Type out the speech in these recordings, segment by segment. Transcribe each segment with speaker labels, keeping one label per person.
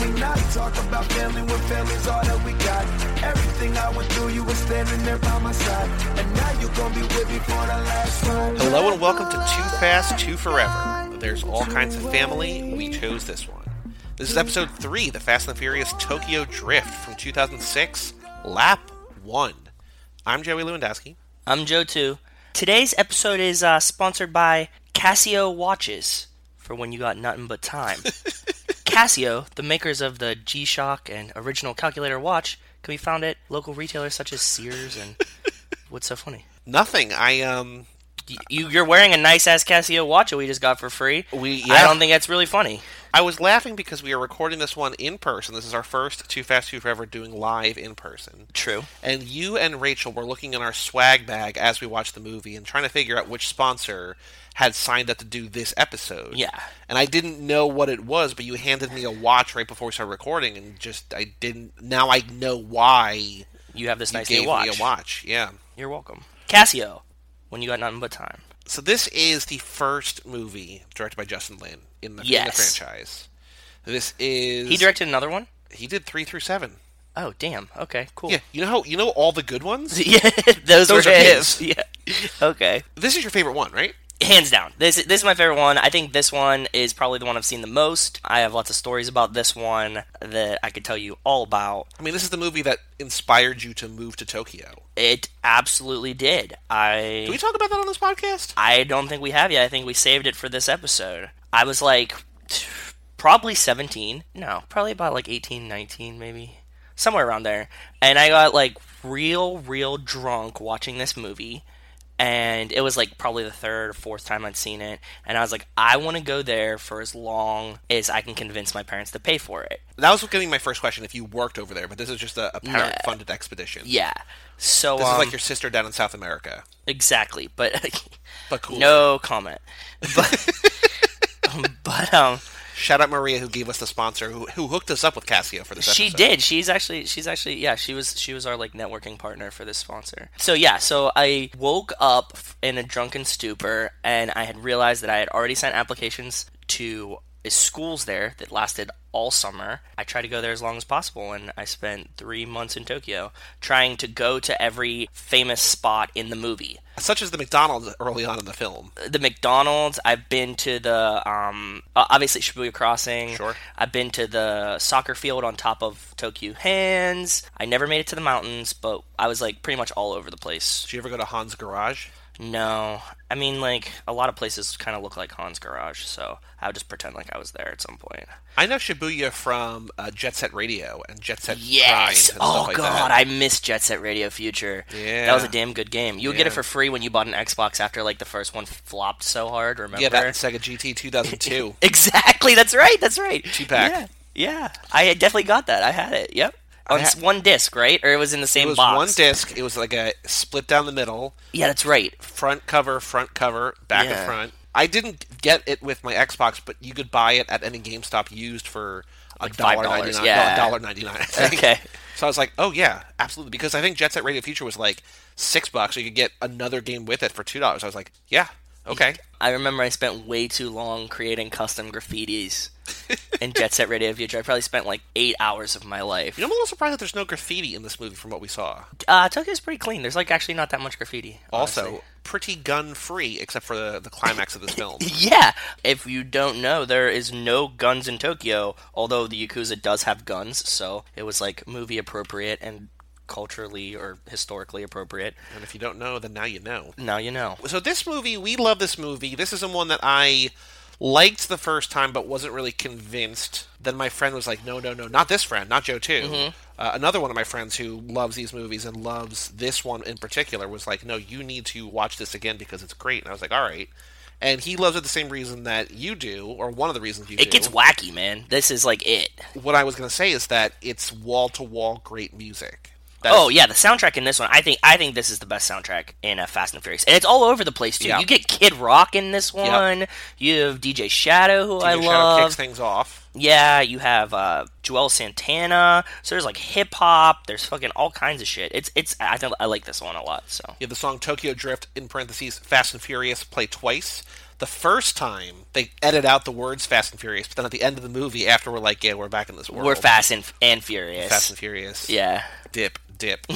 Speaker 1: we not talk about family when family's all that we got? Everything I went through, you were standing there by my side, and now you gon' be with me for the last ride.
Speaker 2: Hello and welcome to Too Fast, Too Forever. There's all kinds of family. We chose this one. This is episode 3, The Fast and the Furious Tokyo Drift from 2006, lap 1. I'm Joey Lewandowski.
Speaker 3: I'm Joe too. Today's episode is uh, sponsored by Casio watches for when you got nothing but time. Casio, the makers of the G-Shock and original calculator watch, can be found at local retailers such as Sears and what's so funny?
Speaker 2: Nothing. I, um,
Speaker 3: Y- You, you're wearing a nice ass Casio watch that we just got for free.
Speaker 2: We-
Speaker 3: I
Speaker 2: yeah.
Speaker 3: don't think that's really funny.
Speaker 2: I was laughing because we are recording this one in person. This is our first Too Fast, Too Forever doing live in person.
Speaker 3: True.
Speaker 2: And you and Rachel were looking in our swag bag as we watched the movie and trying to figure out which sponsor had signed up to do this episode.
Speaker 3: Yeah.
Speaker 2: And I didn't know what it was, but you handed me a watch right before we started recording, and just I didn't. Now I know why you
Speaker 3: You have this nice
Speaker 2: gave
Speaker 3: new watch.
Speaker 2: me a watch. Yeah.
Speaker 3: You're welcome. Casio, when you got nothing but time.
Speaker 2: So this is the first movie directed by Justin Lin in the, in the
Speaker 3: Yes.
Speaker 2: franchise. This is
Speaker 3: He directed another one.
Speaker 2: He did three through seven.
Speaker 3: Oh damn. Okay. Cool.
Speaker 2: Yeah. You know how you know all the good ones.
Speaker 3: Yeah, those,
Speaker 2: Those
Speaker 3: were
Speaker 2: are
Speaker 3: his.
Speaker 2: his.
Speaker 3: Yeah. Okay.
Speaker 2: This is your favorite one, right?
Speaker 3: Hands down. This this is my favorite one. I think this one is probably the one I've seen the most. I have lots of stories about this one that I could tell you all about.
Speaker 2: I mean, this is the movie that inspired you to move to Tokyo.
Speaker 3: It absolutely did. I
Speaker 2: Did we talk about that on this podcast?
Speaker 3: I don't think we have yet. I think we saved it for this episode. I was like t- probably 17. No, probably about like 18, 19 maybe. Somewhere around there. And I got like real real drunk watching this movie. And it was like probably the third or fourth time I'd seen it. And I was like, I want to go there for as long as I can convince my parents to pay for it.
Speaker 2: That was going to be my first question. If you worked over there, but this is just a, a parent-funded expedition.
Speaker 3: Yeah. So,
Speaker 2: This is
Speaker 3: um,
Speaker 2: like your sister down in South America.
Speaker 3: exactly. But,
Speaker 2: But cool.
Speaker 3: no comment. But, but, um,
Speaker 2: Shout out Maria who gave us the sponsor who, who hooked us up with Casio for this.
Speaker 3: She
Speaker 2: episode.
Speaker 3: did. She's actually she's actually yeah, she was she was our like networking partner for this sponsor. So yeah, so I woke up f- in a drunken stupor and I had realized that I had already sent applications to schools there that lasted all summer. I tried to go there as long as possible and I spent 3 months in Tokyo trying to go to every famous spot in the movie
Speaker 2: Such as the McDonald's early on in the film.
Speaker 3: the McDonald's. I've been to the um, uh, obviously Shibuya Crossing.
Speaker 2: Sure.
Speaker 3: I've been to the soccer field on top of Tokyo Hands. I never made it to the mountains, but I was like pretty much all over the place.
Speaker 2: Did you ever go to Han's Garage?
Speaker 3: No, I mean like a lot of places kind of look like Han's Garage, so I would just pretend like I was there at some point.
Speaker 2: I know Shibuya from uh, Jet Set Radio and Jet Set Grind
Speaker 3: Yes.
Speaker 2: and
Speaker 3: Oh
Speaker 2: stuff like that.
Speaker 3: god, I missed Jet Set Radio Future.
Speaker 2: Yeah.
Speaker 3: That was a damn good game. You would get it
Speaker 2: Yeah.
Speaker 3: for free when you bought an Xbox after like the first one flopped so hard. Remember?
Speaker 2: yeah, that and Sega GT 2002.
Speaker 3: Exactly. That's right. That's right.
Speaker 2: Two pack.
Speaker 3: Yeah. Yeah. I had definitely got that. I had it. Yep. On
Speaker 2: I
Speaker 3: s
Speaker 2: ha-
Speaker 3: one disc, right? Or it was in the
Speaker 2: it
Speaker 3: same
Speaker 2: was
Speaker 3: box.
Speaker 2: one disc. It was like a split down the middle.
Speaker 3: Yeah, that's right.
Speaker 2: front cover, front cover, back
Speaker 3: Yeah.
Speaker 2: and front. I didn't get it with my Xbox, but you could buy it at any GameStop used for a dollar ninety
Speaker 3: $5,
Speaker 2: nine.
Speaker 3: yeah.
Speaker 2: Yeah, dollar ninety nine.
Speaker 3: Okay.
Speaker 2: So I was like, oh yeah, absolutely, because I think Jet Set Radio Future was like six bucks. So you could get another game with it for two dollars. I was like, yeah, okay.
Speaker 3: I remember I spent way too long creating custom graffitis in Jet Set Radio Future. I probably spent like eight hours of my life.
Speaker 2: You know, I'm a little surprised that there's no graffiti in this movie from what we saw.
Speaker 3: Uh, Tokyo's pretty clean. There's like actually not that much graffiti. honestly.
Speaker 2: Also, pretty gun free, except for the, the climax of this film.
Speaker 3: Yeah. If you don't know, there is no guns in Tokyo, although the Yakuza does have guns, so it was like movie appropriate and culturally or historically appropriate.
Speaker 2: And if you don't know, then now you know.
Speaker 3: Now you know.
Speaker 2: so this movie we love this movie this is the one that i liked the first time but wasn't really convinced then my friend was like no no no not this friend not joe too
Speaker 3: Mm-hmm.
Speaker 2: uh, another one of my friends who loves these movies and loves this one in particular was like no you need to watch this again because it's great and i was like all right and he loves it the same reason that you do or one of the reasons you do
Speaker 3: It gets wacky, man. This is like it.
Speaker 2: what i was going to say is that it's wall-to-wall great music That's-
Speaker 3: Oh yeah, the soundtrack in this one. I think I think this is the best soundtrack in uh, Fast and Furious, and it's all over the place too.
Speaker 2: Yeah.
Speaker 3: You get Kid Rock in this one. You have DJ Shadow, who I
Speaker 2: DJ Shadow
Speaker 3: love.
Speaker 2: kicks things off
Speaker 3: Yeah, you have uh, Joel Santana. So there's like hip hop. There's fucking all kinds of shit. It's it's. I think I like this one a lot. So
Speaker 2: You have the song Tokyo Drift in parentheses Fast and Furious play twice. the first time they edit out the words Fast and Furious, but then at the end of the movie, after we're like, yeah, we're back in this world.
Speaker 3: We're fast and, and furious.
Speaker 2: Fast and Furious.
Speaker 3: yeah.
Speaker 2: Dip, dip.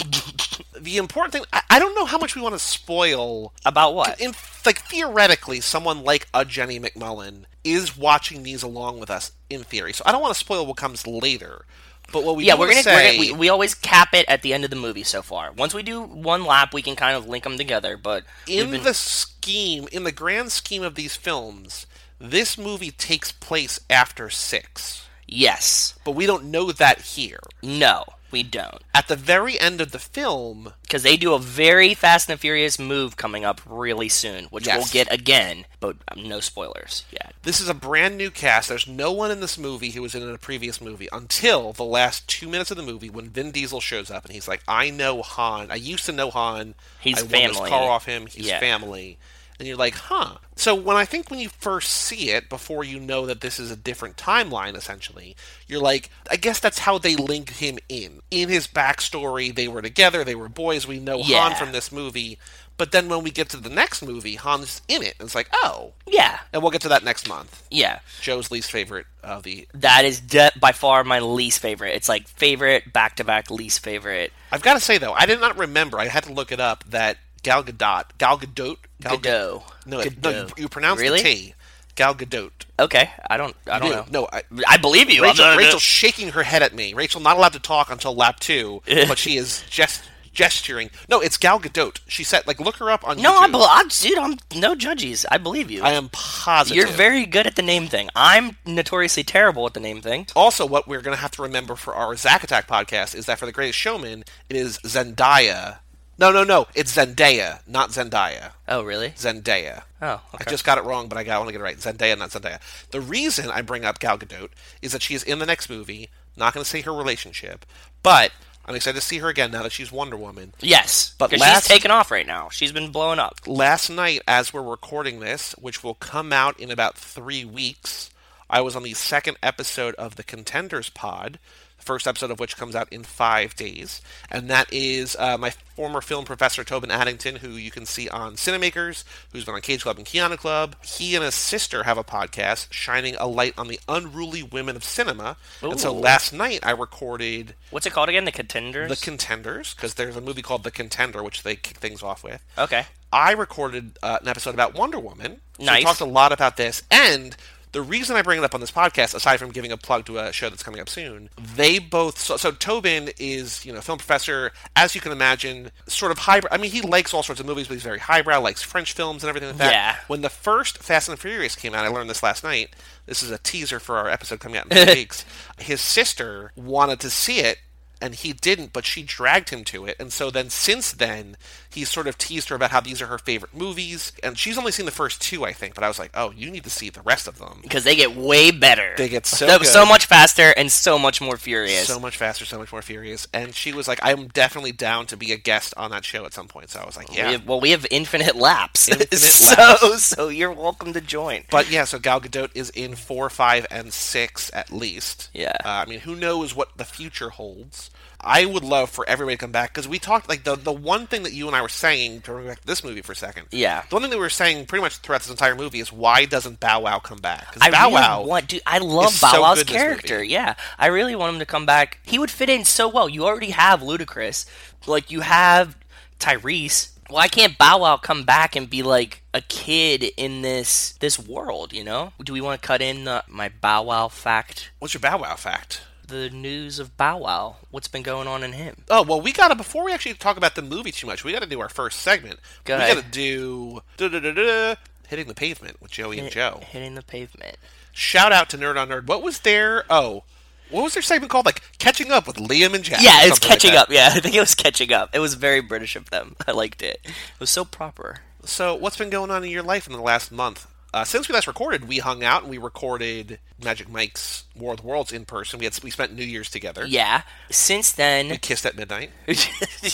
Speaker 2: the important thing, I, I don't know how much we want to spoil. uh,
Speaker 3: About what?
Speaker 2: In like theoretically, someone like a Jenny McMullen is watching these along with us in theory. So I don't want to spoil what comes later. But what we
Speaker 3: yeah,
Speaker 2: do
Speaker 3: we're
Speaker 2: wanna
Speaker 3: gonna,
Speaker 2: say,
Speaker 3: we're gonna we, we always cap it at the end of the movie so far. Once we do one lap, we can kind of link them together. But we've
Speaker 2: in
Speaker 3: been-
Speaker 2: the scheme, in the grand scheme of these films, this movie takes place after six.
Speaker 3: yes,
Speaker 2: But we don't know that here.
Speaker 3: no, we don't,
Speaker 2: At the very end of the film,
Speaker 3: because they do a very Fast and the Furious move coming up really soon, which we'll
Speaker 2: Yes.
Speaker 3: get again. But um, no spoilers yet.
Speaker 2: this is a brand new cast. There's no one in this movie who was in a previous movie until the last two minutes of the movie when Vin Diesel shows up and he's like, "I know Han. I used to know Han.
Speaker 3: He's
Speaker 2: I won this
Speaker 3: family."
Speaker 2: car off him. He's
Speaker 3: Yeah.
Speaker 2: family." And you're like, "Huh." So when I think when you first see it, before you know that this is a different timeline, essentially, you're like, "I guess that's how they linked him in in his backstory. They were together. They were boys. We know Han
Speaker 3: Yeah.
Speaker 2: from this movie." But then when we get to the next movie, Han's in it, and it's like, "Oh."
Speaker 3: Yeah,
Speaker 2: And we'll get to that next month.
Speaker 3: yeah.
Speaker 2: Joe's least favorite of the.
Speaker 3: That is de- by far my least favorite. It's like favorite back to back least favorite.
Speaker 2: I've got to say though, I did not remember. I had to look it up. That Gal Gadot, Gal Gadot, Gal Ga-
Speaker 3: Godot.
Speaker 2: No, it- no, you, you pronounce
Speaker 3: Really?
Speaker 2: the T. Gal Gadot.
Speaker 3: Okay, I don't. I don't know.
Speaker 2: No, I,
Speaker 3: I believe you. I'm
Speaker 2: Rachel,
Speaker 3: not-
Speaker 2: Rachel shaking her head at me. Rachel not allowed to talk until lap two, but she is gest- gesturing. No, it's Gal Gadot. She said, like, look her up on
Speaker 3: No,
Speaker 2: YouTube.
Speaker 3: I'm, bel- I'm dude. I'm no judges. I believe you.
Speaker 2: I am positive.
Speaker 3: You're very good at the name thing. I'm notoriously terrible at the name thing.
Speaker 2: Also, what we're going to have to remember for our Zack Attack podcast is that for The Greatest Showman, it is Zendaya. No, no, no. It's Zendaya, not Zendaya.
Speaker 3: Oh, really?
Speaker 2: Zendaya.
Speaker 3: Oh, okay.
Speaker 2: I just got it wrong, but I, got, I want to get it right. Zendaya, not Zendaya. The reason I bring up Gal Gadot is that she is in the next movie. Not going to see her relationship, but I'm excited to see her again now that she's Wonder Woman.
Speaker 3: Yes,
Speaker 2: But
Speaker 3: but
Speaker 2: last-
Speaker 3: she's taken off right now. She's been blowing up.
Speaker 2: Last night, as we're recording this, which will come out in about three weeks, I was on the second episode of the Contenders Pod, the first episode of which comes out in five days. And that is uh, my former film professor, Tobin Addington, who you can see on Cinemakers, who's been on Cage Club and Keanu Club. He and his sister have a podcast, Shining a Light on the Unruly Women of Cinema. And so
Speaker 3: Ooh.
Speaker 2: last night, I recorded
Speaker 3: What's it called again? The contenders.
Speaker 2: The Contenders, because there's a movie called The Contender, which they kick things off with.
Speaker 3: okay.
Speaker 2: I recorded uh, an episode about Wonder Woman. So We
Speaker 3: Nice.
Speaker 2: talked a lot about this. And the reason I bring it up on this podcast, aside from giving a plug to a show that's coming up soon, they both. So, so Tobin is, you know, film professor, as you can imagine, sort of hybrid. I mean, he likes all sorts of movies, but he's very highbrow, likes French films and everything like that.
Speaker 3: Yeah.
Speaker 2: When the first Fast and Furious came out, I learned this last night. This is a teaser for our episode coming out in two weeks. His sister wanted to see it and he didn't, but she dragged him to it. And so then, since then, he sort of teased her about how these are her favorite movies, and she's only seen the first two, I think. But I was like, oh, you need to see the rest of them.
Speaker 3: Because they get way better.
Speaker 2: They get so
Speaker 3: They're
Speaker 2: good.
Speaker 3: so much faster and so much more furious.
Speaker 2: So much faster, so much more furious. And she was like, I'm definitely down to be a guest on that show at some point. So I was like, yeah.
Speaker 3: We have, well, we have infinite laps.
Speaker 2: Infinite
Speaker 3: so,
Speaker 2: laps.
Speaker 3: so you're welcome to join.
Speaker 2: But yeah, so Gal Gadot is in four, five, and six at least.
Speaker 3: Yeah.
Speaker 2: Uh, I mean, who knows what the future holds? I would love for everybody to come back because we talked like the the one thing that you and I were saying to bring back to this movie for a second.
Speaker 3: Yeah.
Speaker 2: The one thing that we were saying pretty much throughout this entire movie is why doesn't Bow Wow come back?
Speaker 3: I
Speaker 2: Because Bow
Speaker 3: really
Speaker 2: Wow,
Speaker 3: want, dude. I love
Speaker 2: is
Speaker 3: Bow
Speaker 2: so
Speaker 3: Wow's
Speaker 2: good in this
Speaker 3: character.
Speaker 2: movie.
Speaker 3: Yeah, I really want him to come back. He would fit in so well. You already have Ludacris, like you have Tyrese. Why can't Bow Wow come back and be like a kid in this this world? You know? Do we want to cut in the, my Bow Wow fact?
Speaker 2: what's your Bow Wow fact?
Speaker 3: The news of Bow Wow. What's been going on in him?
Speaker 2: Oh well, we gotta before we actually talk about the movie too much, we gotta do our first segment.
Speaker 3: Go
Speaker 2: we
Speaker 3: ahead.
Speaker 2: gotta do da-da-da-da, hitting the pavement with Joey and Joe.
Speaker 3: hitting the pavement.
Speaker 2: shout out to Nerd on Nerd. What was their oh, what was their segment called? Like catching up with Liam and Jack.
Speaker 3: Yeah,
Speaker 2: or
Speaker 3: it's
Speaker 2: something like
Speaker 3: catching
Speaker 2: that.
Speaker 3: up. Yeah, I think it was catching up. It was very British of them. I liked it. It was so proper.
Speaker 2: So, what's been going on in your life in the last month? Uh, since we last recorded, we hung out and we recorded Magic Mike's War of the Worlds in person. We had we spent New Year's together.
Speaker 3: Yeah. Since then,
Speaker 2: We kissed at midnight.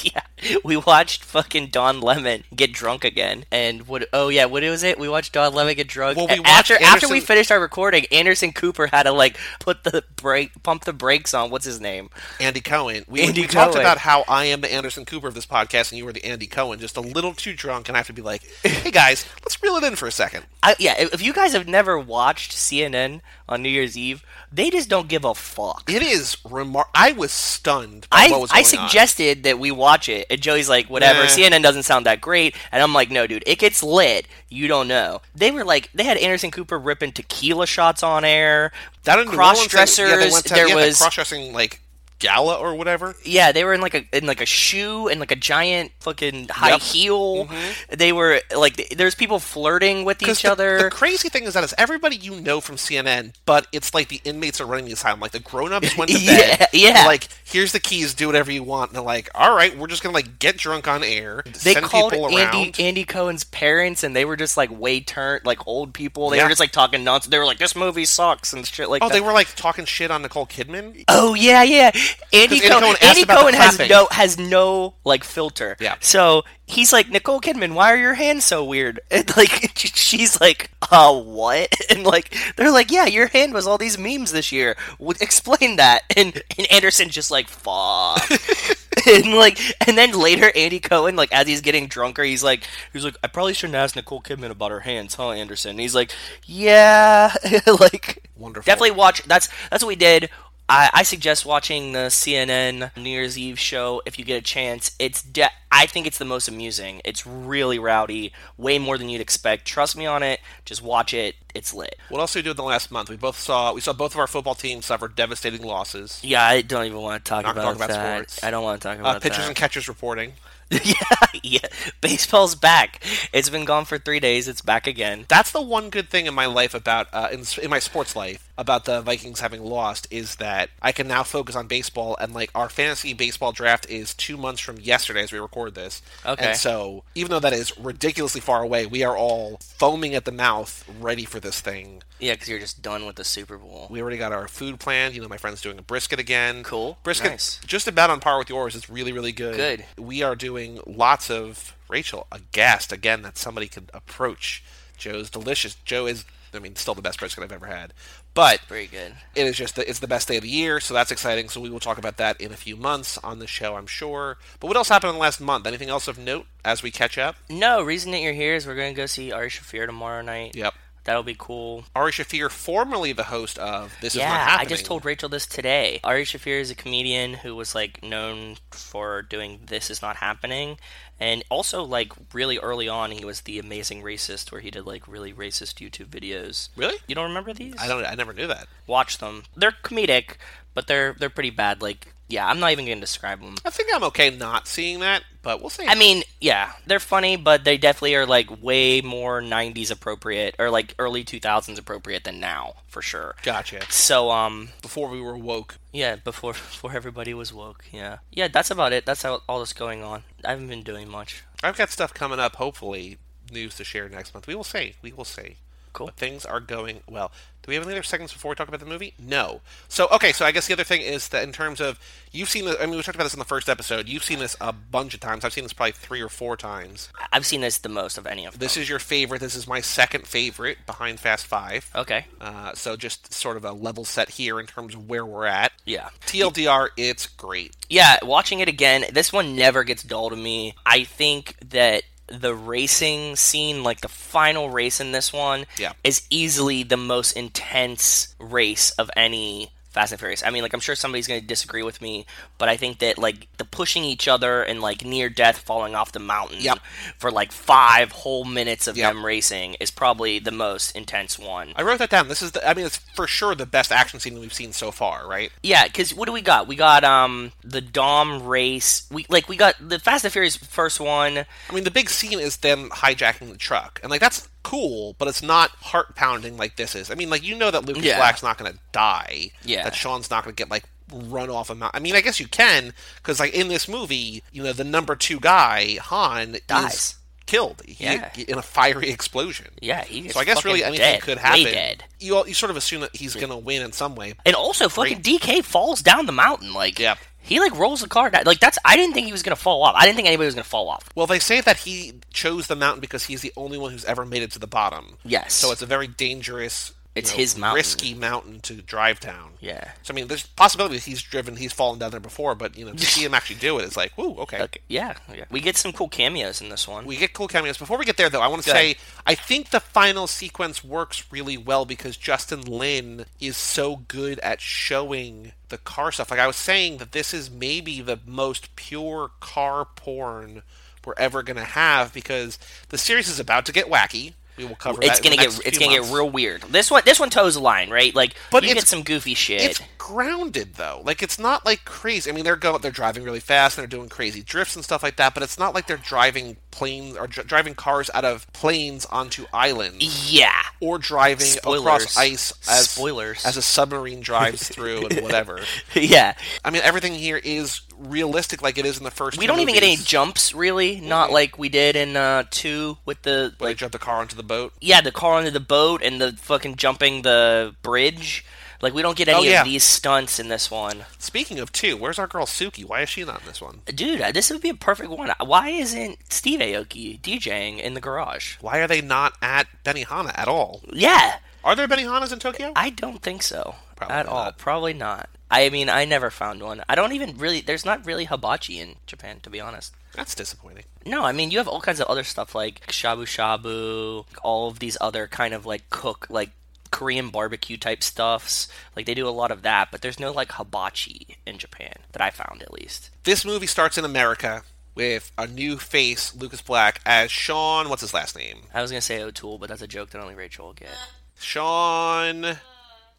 Speaker 3: yeah, we watched fucking Don Lemon get drunk again, and what? Oh yeah, what was it? We watched Don Lemon get drunk.
Speaker 2: Well, we
Speaker 3: and after
Speaker 2: watched
Speaker 3: after we
Speaker 2: Anderson-
Speaker 3: finished our recording, Anderson Cooper had to like put the brake, pump the brakes on. What's his name?
Speaker 2: Andy Cohen. We,
Speaker 3: Andy
Speaker 2: we talked
Speaker 3: Cohen.
Speaker 2: about how I am the Anderson Cooper of this podcast, and you were the Andy Cohen, just a little too drunk, and I have to be like, "Hey guys, let's reel it in for a second.
Speaker 3: I, yeah, if if you guys have never watched CNN on New Year's Eve, they just don't give a fuck.
Speaker 2: It is remar- I was stunned by
Speaker 3: I,
Speaker 2: what was
Speaker 3: I
Speaker 2: going on.
Speaker 3: suggested that we watch it, and Joey's like, whatever,
Speaker 2: Nah.
Speaker 3: CNN doesn't sound that great. And I'm like, no, dude, it gets lit. You don't know. They were like, they had Anderson Cooper ripping tequila shots on air.
Speaker 2: Down in New Orleans, they-
Speaker 3: cross-dressers,
Speaker 2: yeah, they went to-
Speaker 3: there
Speaker 2: yeah, that
Speaker 3: was-
Speaker 2: cross-dressing like gala or whatever.
Speaker 3: Yeah, they were in like a in like a shoe and like a giant fucking high
Speaker 2: Yep. Mm-hmm.
Speaker 3: heel. They were like, th- there's people flirting with
Speaker 2: 'Cause
Speaker 3: each
Speaker 2: the,
Speaker 3: other.
Speaker 2: The crazy thing is that it's everybody you know from CNN, but it's like the inmates are running the asylum. Like the grown-ups went to
Speaker 3: Yeah,
Speaker 2: bed.
Speaker 3: yeah.
Speaker 2: Like here's the keys. Do whatever you want. And they're like, all right, we're just gonna like get drunk on air.
Speaker 3: they
Speaker 2: send
Speaker 3: called
Speaker 2: people
Speaker 3: Andy
Speaker 2: around.
Speaker 3: Andy Cohen's parents, and they were just like way turned, like old people. They
Speaker 2: Yeah.
Speaker 3: were just like talking nonsense. They were like, "This movie sucks" and shit like
Speaker 2: Oh,
Speaker 3: that.
Speaker 2: they were like talking shit on Nicole Kidman.
Speaker 3: Oh yeah, yeah. Andy
Speaker 2: 'Cause Andy
Speaker 3: Cohen,
Speaker 2: Cohen asked
Speaker 3: Andy
Speaker 2: about the
Speaker 3: Cohen has
Speaker 2: clapping.
Speaker 3: no has no like filter.
Speaker 2: Yeah.
Speaker 3: So he's like Nicole Kidman, why are your hands so weird? And like she's like, uh, what? And like they're like, yeah, your hand was all these memes this year. W- explain that. And and Anderson just like, fuck. and like and then later Andy Cohen like as he's getting drunker he's like he's like I probably shouldn't ask Nicole Kidman about her hands huh Anderson and he's like yeah like
Speaker 2: Wonderful.
Speaker 3: definitely watch that's that's what we did I, I suggest watching the CNN New Year's Eve show if you get a chance. It's de- I think it's the most amusing. It's really rowdy, way more than you'd expect. Trust me on it. Just watch it. It's lit.
Speaker 2: What else did we do in the last month? We both saw we saw both of our football teams suffer devastating losses.
Speaker 3: Yeah, I don't even want to talk
Speaker 2: Not
Speaker 3: about
Speaker 2: talk about
Speaker 3: that.
Speaker 2: sports.
Speaker 3: I don't want to talk about
Speaker 2: Uh, pitchers
Speaker 3: that.
Speaker 2: and catchers reporting.
Speaker 3: yeah, yeah. Baseball's back. It's been gone for three days. It's back again.
Speaker 2: That's the one good thing in my life about uh, in, in my sports life about the Vikings having lost is that I can now focus on baseball and like our fantasy baseball draft is two months from yesterday as we record this.
Speaker 3: Okay.
Speaker 2: And so even though that is ridiculously far away, we are all foaming at the mouth, ready for this thing.
Speaker 3: Yeah, because you're just done with the Super Bowl.
Speaker 2: We already got our food planned. You know, my friend's doing a brisket again.
Speaker 3: Cool.
Speaker 2: Brisket,
Speaker 3: Nice.
Speaker 2: just about on par with yours. It's really, really good.
Speaker 3: Good.
Speaker 2: We are doing lots of Rachel aghast again that somebody could approach. Joe's delicious. Joe is, I mean, still the best brisket I've ever had. But
Speaker 3: Pretty good.
Speaker 2: it is just the, it's the best day of the year, so that's exciting. So we will talk about that in a few months on the show, I'm sure. But what else happened in the last month? Anything else of note as we catch up?
Speaker 3: No, reason that you're here is we're gonna go see Ari Shafir tomorrow night.
Speaker 2: Yep.
Speaker 3: That'll be cool.
Speaker 2: Ari Shafir, formerly the host of This Is Not
Speaker 3: Yeah, I
Speaker 2: Happening.
Speaker 3: just told Rachel this today. Ari Shafir is a comedian who was like known for doing This Is Not Happening. And also, like, really early on, he was the amazing racist where he did like really racist YouTube videos.
Speaker 2: Really?
Speaker 3: You don't remember these?
Speaker 2: I don't. I never knew that.
Speaker 3: Watch them. They're comedic, but they're they're pretty bad. Like, yeah, I'm not even gonna describe them.
Speaker 2: I think I'm okay not seeing that, but we'll see.
Speaker 3: I mean, yeah, they're funny, but they definitely are like way more '90s appropriate or like early 2000s appropriate than now, for sure.
Speaker 2: gotcha.
Speaker 3: So, um,
Speaker 2: Before we were woke,
Speaker 3: Yeah, before before everybody was woke. Yeah, yeah, that's about it. That's how all that's going on. I haven't been doing much.
Speaker 2: I've got stuff coming up. Hopefully, news to share next month. We will see. We will see.
Speaker 3: Cool.
Speaker 2: But things are going well. Do we have any other segments before we talk about the movie? No. So okay. So I guess the other thing is that in terms of you've seen. The, I mean, we talked about this in the first episode. You've seen this a bunch of times. I've seen this probably three or four times.
Speaker 3: I- I've seen this the most of any of them.
Speaker 2: This is your favorite. This is my second favorite behind Fast Five.
Speaker 3: okay.
Speaker 2: Uh, so just sort of a level set here in terms of where we're at.
Speaker 3: Yeah,
Speaker 2: TLDR, it's great.
Speaker 3: yeah. Watching it again, this one never gets dull to me. I think that the racing scene, like the final race in this one,
Speaker 2: Yeah.
Speaker 3: is easily the most intense race of any Fast and Furious. I mean, like I'm sure somebody's going to disagree with me, but I think that like the pushing each other and like near death falling off the mountain
Speaker 2: Yep.
Speaker 3: for like five whole minutes of
Speaker 2: Yep.
Speaker 3: them racing is probably the most intense one.
Speaker 2: I wrote that down. This is, the, I mean, it's for sure the best action scene that we've seen so far, right?
Speaker 3: Yeah, because what do we got? We got um the Dom race. We like we got the Fast and Furious first one.
Speaker 2: I mean, the big scene is them hijacking the truck, and like that's cool, but it's not heart pounding like this is. I mean, like you know that Lucas
Speaker 3: Yeah.
Speaker 2: Black's not going to die.
Speaker 3: Yeah.
Speaker 2: That Sean's not going to get like run off a mountain. I mean, I guess you can because like in this movie, you know, the number two guy Han
Speaker 3: Dies.
Speaker 2: is killed He-
Speaker 3: Yeah.
Speaker 2: in a fiery explosion.
Speaker 3: Yeah, he is
Speaker 2: So I guess really
Speaker 3: fucking
Speaker 2: anything
Speaker 3: dead,
Speaker 2: could
Speaker 3: way
Speaker 2: happen.
Speaker 3: dead.
Speaker 2: You all, you sort of assume that he's going to win in some way.
Speaker 3: And also, fucking DK falls down the mountain. Like,
Speaker 2: Yep.
Speaker 3: he like rolls the car down. Like that's. I didn't think he was gonna fall off. I didn't think anybody was gonna fall off.
Speaker 2: Well, they say that he chose the mountain because he's the only one who's ever made it to the bottom.
Speaker 3: Yes.
Speaker 2: So it's a very dangerous
Speaker 3: It's
Speaker 2: know,
Speaker 3: his mountain.
Speaker 2: risky mountain to drive down.
Speaker 3: Yeah.
Speaker 2: So I mean, there's possibilities he's driven, he's fallen down there before, but you know, to see him actually do it, it's like, ooh, okay.
Speaker 3: Okay. Yeah. yeah. We get some cool cameos in this one.
Speaker 2: We get cool cameos. Before we get there, though, I want to
Speaker 3: Go
Speaker 2: say
Speaker 3: ahead.
Speaker 2: I think the final sequence works really well because Justin Lin is so good at showing the car stuff. Like I was saying, that this is maybe the most pure car porn we're ever going to have because the series is about to get wacky. We will cover.
Speaker 3: it's
Speaker 2: that in
Speaker 3: gonna
Speaker 2: the
Speaker 3: get
Speaker 2: next
Speaker 3: it's
Speaker 2: few
Speaker 3: gonna
Speaker 2: months.
Speaker 3: get real weird. This one this one toes the line, right? Like,
Speaker 2: But
Speaker 3: you
Speaker 2: it's-
Speaker 3: get some goofy
Speaker 2: It's
Speaker 3: shit.
Speaker 2: grounded though. Like it's not like crazy. I mean, they're going, they're driving really fast and they're doing crazy drifts and stuff like that. But it's not like they're driving planes or dri- driving cars out of planes onto islands
Speaker 3: Yeah.
Speaker 2: or driving across
Speaker 3: Spoilers.
Speaker 2: ice as
Speaker 3: Spoilers.
Speaker 2: as a submarine drives through and whatever.
Speaker 3: yeah.
Speaker 2: I mean, everything here is realistic, like it is in the first.
Speaker 3: We
Speaker 2: two
Speaker 3: don't even get any
Speaker 2: movies, Mm-hmm.
Speaker 3: jumps really, not like we did in uh two with the
Speaker 2: Where they
Speaker 3: like
Speaker 2: jump the car onto the boat.
Speaker 3: yeah, the car under the boat and the fucking jumping the bridge. Like we don't get any
Speaker 2: Oh, yeah.
Speaker 3: of these stunts in this one.
Speaker 2: Speaking of two, where's our girl Suki? Why is she not in this one?
Speaker 3: Dude, uh, this would be a perfect one. Why isn't Steve Aoki DJing in the garage?
Speaker 2: Why are they not at Benihana at all?
Speaker 3: Yeah.
Speaker 2: Are there Benihanas in Tokyo?
Speaker 3: I don't think so
Speaker 2: Probably
Speaker 3: at all.
Speaker 2: not.
Speaker 3: Probably not. I mean, I never found one. I don't even really. There's not really hibachi in Japan, to be honest.
Speaker 2: That's disappointing.
Speaker 3: No, I mean you have all kinds of other stuff like shabu shabu, all of these other kind of like cook like Korean barbecue type stuffs. Like they do a lot of that, but there's no like hibachi in Japan that I found at least.
Speaker 2: this movie starts in America with a new face, Lucas Black, as Sean. What's his last name?
Speaker 3: I was gonna say O'Toole, but that's a joke that only Rachel will get.
Speaker 2: Sean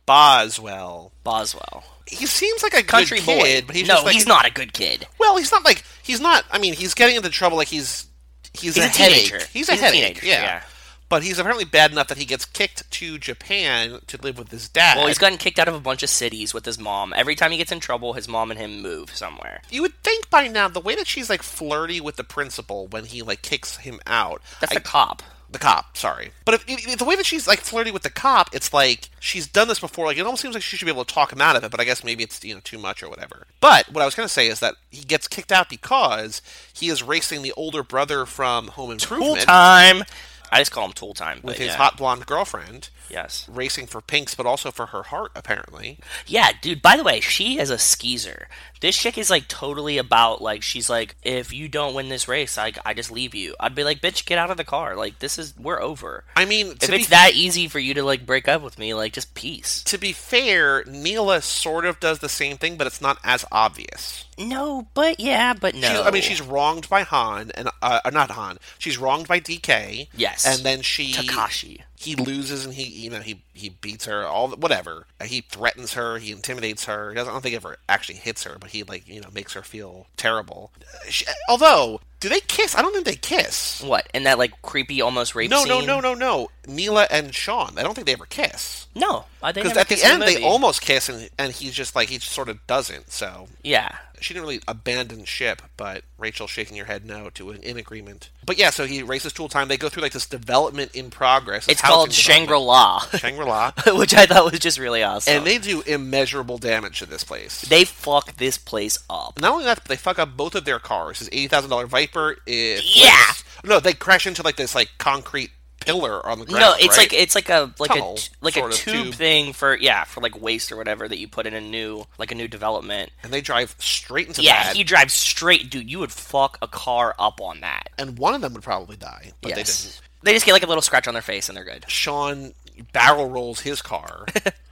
Speaker 2: Boswell.
Speaker 3: Boswell,
Speaker 2: He seems like a
Speaker 3: country
Speaker 2: good
Speaker 3: boy.
Speaker 2: kid, but he's
Speaker 3: no,
Speaker 2: just like,
Speaker 3: he's not a good kid.
Speaker 2: Well, he's not like he's not. I mean, he's getting into trouble. Like he's he's,
Speaker 3: He's a
Speaker 2: headache.
Speaker 3: teenager.
Speaker 2: He's a
Speaker 3: He's a
Speaker 2: headache.
Speaker 3: teenager,
Speaker 2: yeah.
Speaker 3: yeah.
Speaker 2: But he's apparently bad enough that he gets kicked to Japan to live with his dad.
Speaker 3: Well, he's gotten kicked out of a bunch of cities with his mom. Every time he gets in trouble, his mom and him move somewhere.
Speaker 2: you would think by now the way that she's like flirty with the principal when he like kicks him out.
Speaker 3: That's
Speaker 2: I-
Speaker 3: the cop.
Speaker 2: the cop sorry but if, if, the way that she's like flirty with the cop it's like she's done this before like it almost seems like she should be able to talk him out of it but i guess maybe it's you know too much or whatever but what i was going to say is that he gets kicked out because he is racing the older brother from home
Speaker 3: Tool
Speaker 2: improvement
Speaker 3: time. I just call him tool time.
Speaker 2: with
Speaker 3: but
Speaker 2: his
Speaker 3: yeah.
Speaker 2: hot blonde girlfriend
Speaker 3: Yes.
Speaker 2: racing for pinks but also for her heart apparently
Speaker 3: Yeah, dude. By the way, she is a skeezer. This chick is like totally about like she's like, if you don't win this race, like I just leave you. I'd be like, bitch, get out of the car. Like this is we're over.
Speaker 2: i mean
Speaker 3: If
Speaker 2: to be,
Speaker 3: it's that easy for you to like break up with me, like just peace.
Speaker 2: to be fair neela sort of does the same thing but it's not as obvious
Speaker 3: No, but yeah, but no.
Speaker 2: She's, I mean, she's wronged by Han, and uh, uh, not Han. She's wronged by DK.
Speaker 3: Yes.
Speaker 2: and then she
Speaker 3: Takashi.
Speaker 2: He loses, and he you know he he beats her. All the- whatever. Uh, He threatens her. He intimidates her. He doesn't. I don't think he ever actually hits her, but he like you know makes her feel terrible. Uh, She, although, do they kiss? I don't think they kiss.
Speaker 3: what and that like creepy almost rape
Speaker 2: No,
Speaker 3: scene?
Speaker 2: no, no, no, no. Neela and Sean. I don't think they ever kiss.
Speaker 3: No, I think
Speaker 2: Because at the end, they almost kiss, and, and he's just like, he sort of doesn't, so.
Speaker 3: yeah.
Speaker 2: she didn't really abandon ship, but Rachel shaking her head no to an in agreement. But yeah, so he races tool time. They go through like this development in progress.
Speaker 3: It's called Shangri La,
Speaker 2: Shangri La,
Speaker 3: which I thought was just really awesome.
Speaker 2: and they do immeasurable damage to this place.
Speaker 3: they fuck this place up.
Speaker 2: Not only that, but they fuck up both of their cars. His eighty thousand dollar Viper. It flips-
Speaker 3: Yeah!
Speaker 2: No, they crash into like this like concrete pillar on the ground.
Speaker 3: no, it's
Speaker 2: right?
Speaker 3: like it's like a like
Speaker 2: Tunnel,
Speaker 3: a t- like
Speaker 2: sort
Speaker 3: a
Speaker 2: of
Speaker 3: tube,
Speaker 2: tube.
Speaker 3: thing for yeah for like waste or whatever that you put in a new like a new development.
Speaker 2: and they drive straight into
Speaker 3: Yeah,
Speaker 2: that.
Speaker 3: he drives straight, dude. You would fuck a car up on that.
Speaker 2: and one of them would probably die, but they didn't.
Speaker 3: yes, they, just get like a little scratch on their face and they're good.
Speaker 2: Sean barrel rolls his car.